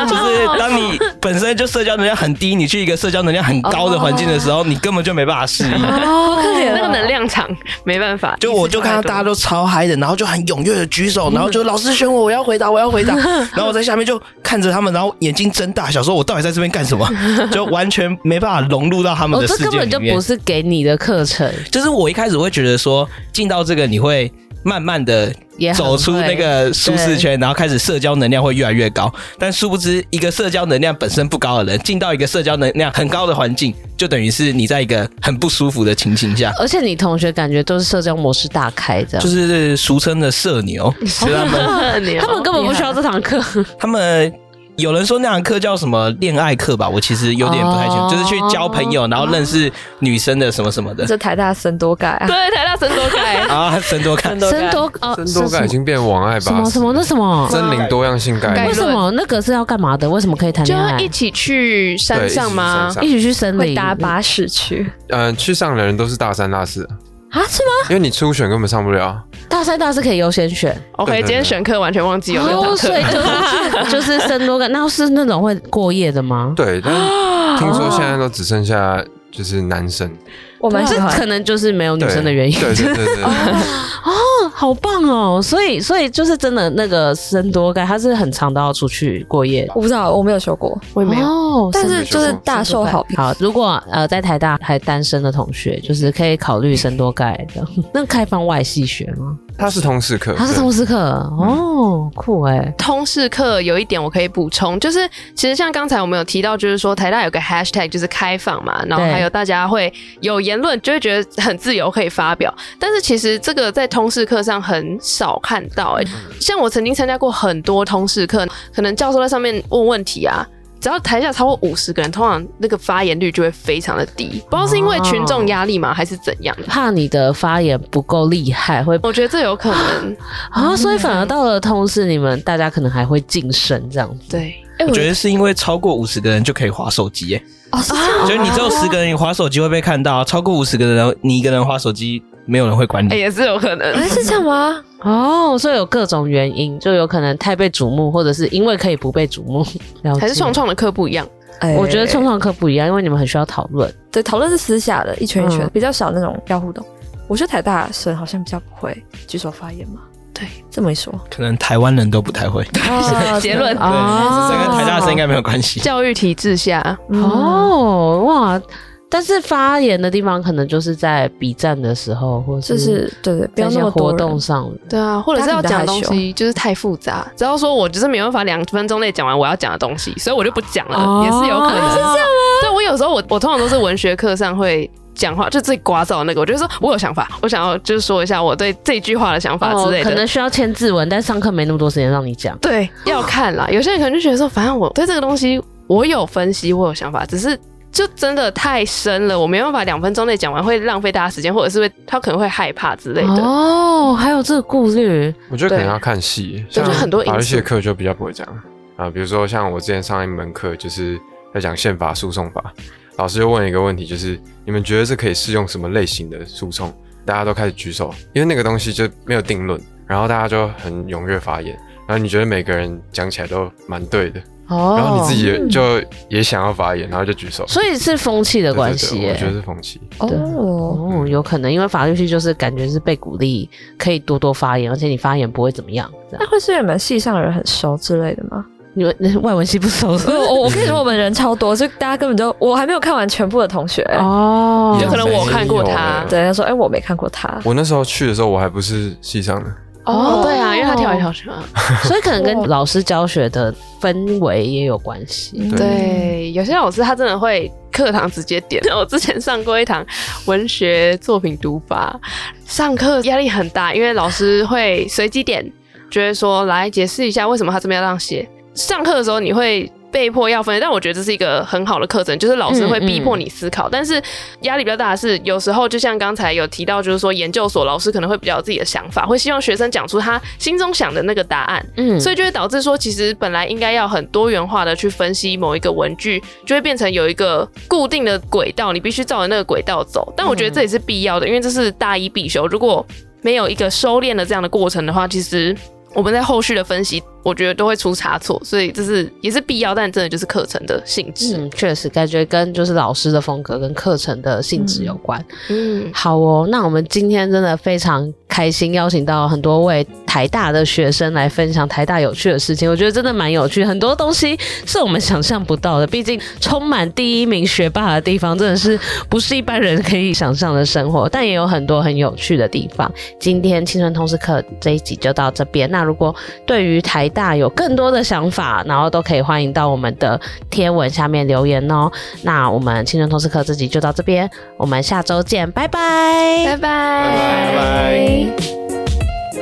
当你本身就社交能量很低，你去一个社交能量很高的环境的时候，你根本就没办法适 应。哦，可怜那个能量场没办法，就我就看到大家都超嗨的，然后就很踊跃的举手，然后就老师选我，我要回答，我要回答， 然后我在下面就看着他们，然后眼睛睁大，想说我到底在这边干什 么，就完全没办法融入到他们哦，的这世根界本就里不面。是给你的课程，就是我一开始会觉得说，进到这个你会慢慢的也很走出会那个舒适圈，然后开始社交能量会越来越高。但殊不知，一个社交能量本身不高的人，进到一个社交能量很高的环境，就等于是你在一个很不舒服的情形下。而且你同学感觉都是社交模式大开这样，就是俗称的 社牛，就是他们他们根本不需要这堂课。他们有人说那堂课叫什么恋爱课吧，我其实有点不太清楚，哦就是去交朋友，然后认识女生的什么什么嗯的。这台大森多盖 啊，对台大神多盖啊，神多看。森多哦，真多感什已经变网爱什么吧？什么那什么？真灵多样性概概为念念，什么那个是要干嘛的？为什么可以谈 就恋要爱？一起去山对上吗？？一一起去山起去森上会林搭巴士去嗯、去上的人都是大三大四，啊？是吗？因为你初选根本上不了。大三、大四可以优先选，对 OK，对今天选课完全忘记有那堂哦，所课以。 就是去就是森多干，那是那种会过夜的吗？对， 但是听说现在都只剩下就是男生，我蛮喜这欢啊可。能就是没哦有女生的原因，对对对对对，哦 好棒哦！所以所以就是真的那个森多盖，他是很常都要出去过夜，我不知道，我没有修过，我也没有。哦，但森是就是大受好评。好，如果呃在台大还单身的同学，就是可以考虑森多盖的。 那开放外系学吗？他是通识课，他是对通识课哦，酷哎，通识课有一点我可以补充，就是其实像刚才我们有提到，就是说台大有个 hashtag 就是开放嘛，然后对还有大家会有言论就会觉得很自由可以发表，但是其实这个在通识课上很少看到、欸，像我曾经参加过很多通识课，可能教授在上面问问题啊。只要台下超过五十个人，通常那个发言率就会非常的低。不知道是因为群众压力吗，还是怎样的？怕你的发言不够厉害，会我觉得这有可能。啊，所以反而到了通识，你们大家可能还会晋升这样子。对，哎我觉得是因为超过五十个人就可以划手机耶，啊哦，是这样就是你只有十个人你划手机会被看到，超过五十个人你一个人划手机，没有人会管哎、你。也是有可能。哎，是这样吗？哦，所以有各种原因，就有可能太被瞩目，或者是因为可以不被瞩目。 了解还是创，创的课不一样，哎我觉得创创课不一样，因为你们很需要讨论。对讨论是私下的，一圈一圈嗯，比较少那种要互动。我觉得台大生好像比较不会举手发言嘛。对，这么 一说，可能台湾人都不太会，哦结论真的哦这跟台大生应该没有关系。教育体制下，嗯哦，哇！但是发言的地方可能就是在比战的时候，或就是是对对，不在要一那些么多活人动上。对啊，或者是要讲东大家比较西就是太复杂，只要说我就是没办法两分钟内讲完我要讲的东西，所以我就不讲了，哦呃也是有可能。对，我有时候我我通常都是文学课上会。讲话就最聒噪的那个，我就说我有想法，我想要就是说一下我对这句话的想法之类哦的。可能需要签字文，但上课没那么多时间让你讲。对，要看啦。有些人可能就觉得说，反正我对这个东西我有分析，我有想法，只是就真的太深了，我没办法两分钟内讲完，会浪费大家时间，或者是会他可能会害怕之类的。哦，还有这个顾虑，我觉得可能对要看戏，对像就很多因素法律系的课就比较不会这样啊。比如说像我之前上一门课就是在讲宪法诉讼法，老师就问一个问题，就是你们觉得这可以适用什么类型的诉讼？大家都开始举手，因为那个东西就没有定论，然后大家就很踊跃发言，然后你觉得每个人讲起来都蛮对的，哦，然后你自己也就也想要发言，然后就举手。所以是风气的对对关对系我耶觉得是风气。哦，哦，有可能，因为法律系就是感觉是被鼓励可以多多发言，而且你发言不会怎么样。这样那会是你们系上的人很熟之类的 吗？你们 外文系不熟是不我是哦我我跟你说，我们人超多，就大家根本就我还没有看完全部的同学。哦就可能我看过没有他欸，对，他说，哎，我没看过他。我那时候去的时候，我还不是系上的，哦，对啊，因为他跳来跳去嘛。所以可能跟老师教学的氛围也有关系。对对，有些老师他真的会课堂直接点。 我之前上过一堂文学作品读法，上课压力很大，因为老师会随机点，就会说来解释一下为什么他这边要这样写。上课的时候你会。被迫要分，但我觉得这是一个很好的课程，就是老师会逼迫你思考。但是压力比较大的是，有时候就像刚才有提到，就是说研究所老师可能会比较有自己的想法，会希望学生讲出他心中想的那个答案。嗯，所以以就会导致说，其实本来应该要很多元化的去分析某一个文具，就会变成有一个固定的轨道，你必须照着那个轨道走。但我觉得嗯这也是必要的，因为这是大一必修。如果没有一个收敛的这样的过程的话，其实我们在后续的分析，我觉得都会出差错。所以这是也是必要，但真的就是课程的性质。嗯，确实感觉跟就是老师的风格跟课程的性质有关。嗯，好哦，那我们今天真的非常开心，邀请到很多位台大的学生来分享台大有趣的事情。我觉得真的蛮有趣，很多东西是我们想象不到的。毕竟充满第一名学霸的地方，真的是不是一般人可以想象的生活，但也有很多很有趣的地方。今天青春通识课这一集就到这边。那如果对于台大有更多的想法，然后都可以欢迎到我们的贴文下面留言哦。那我们青春通识课这集就到这边，我们下周见，拜拜。拜拜。拜拜。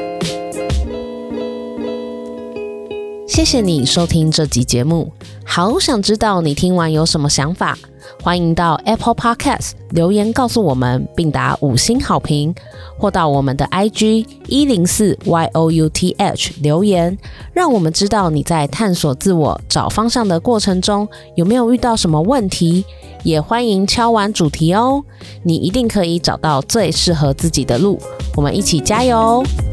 谢谢你收听这集节目，好想知道你听完有什么想法，欢迎到 Apple Podcast 留言告诉我们，并打五星好评，或到我们的 IG 一零四 youth 留言，让我们知道你在探索自我、找方向的过程中有没有遇到什么问题。也欢迎敲完主题哦，你一定可以找到最适合自己的路，我们一起加油哦！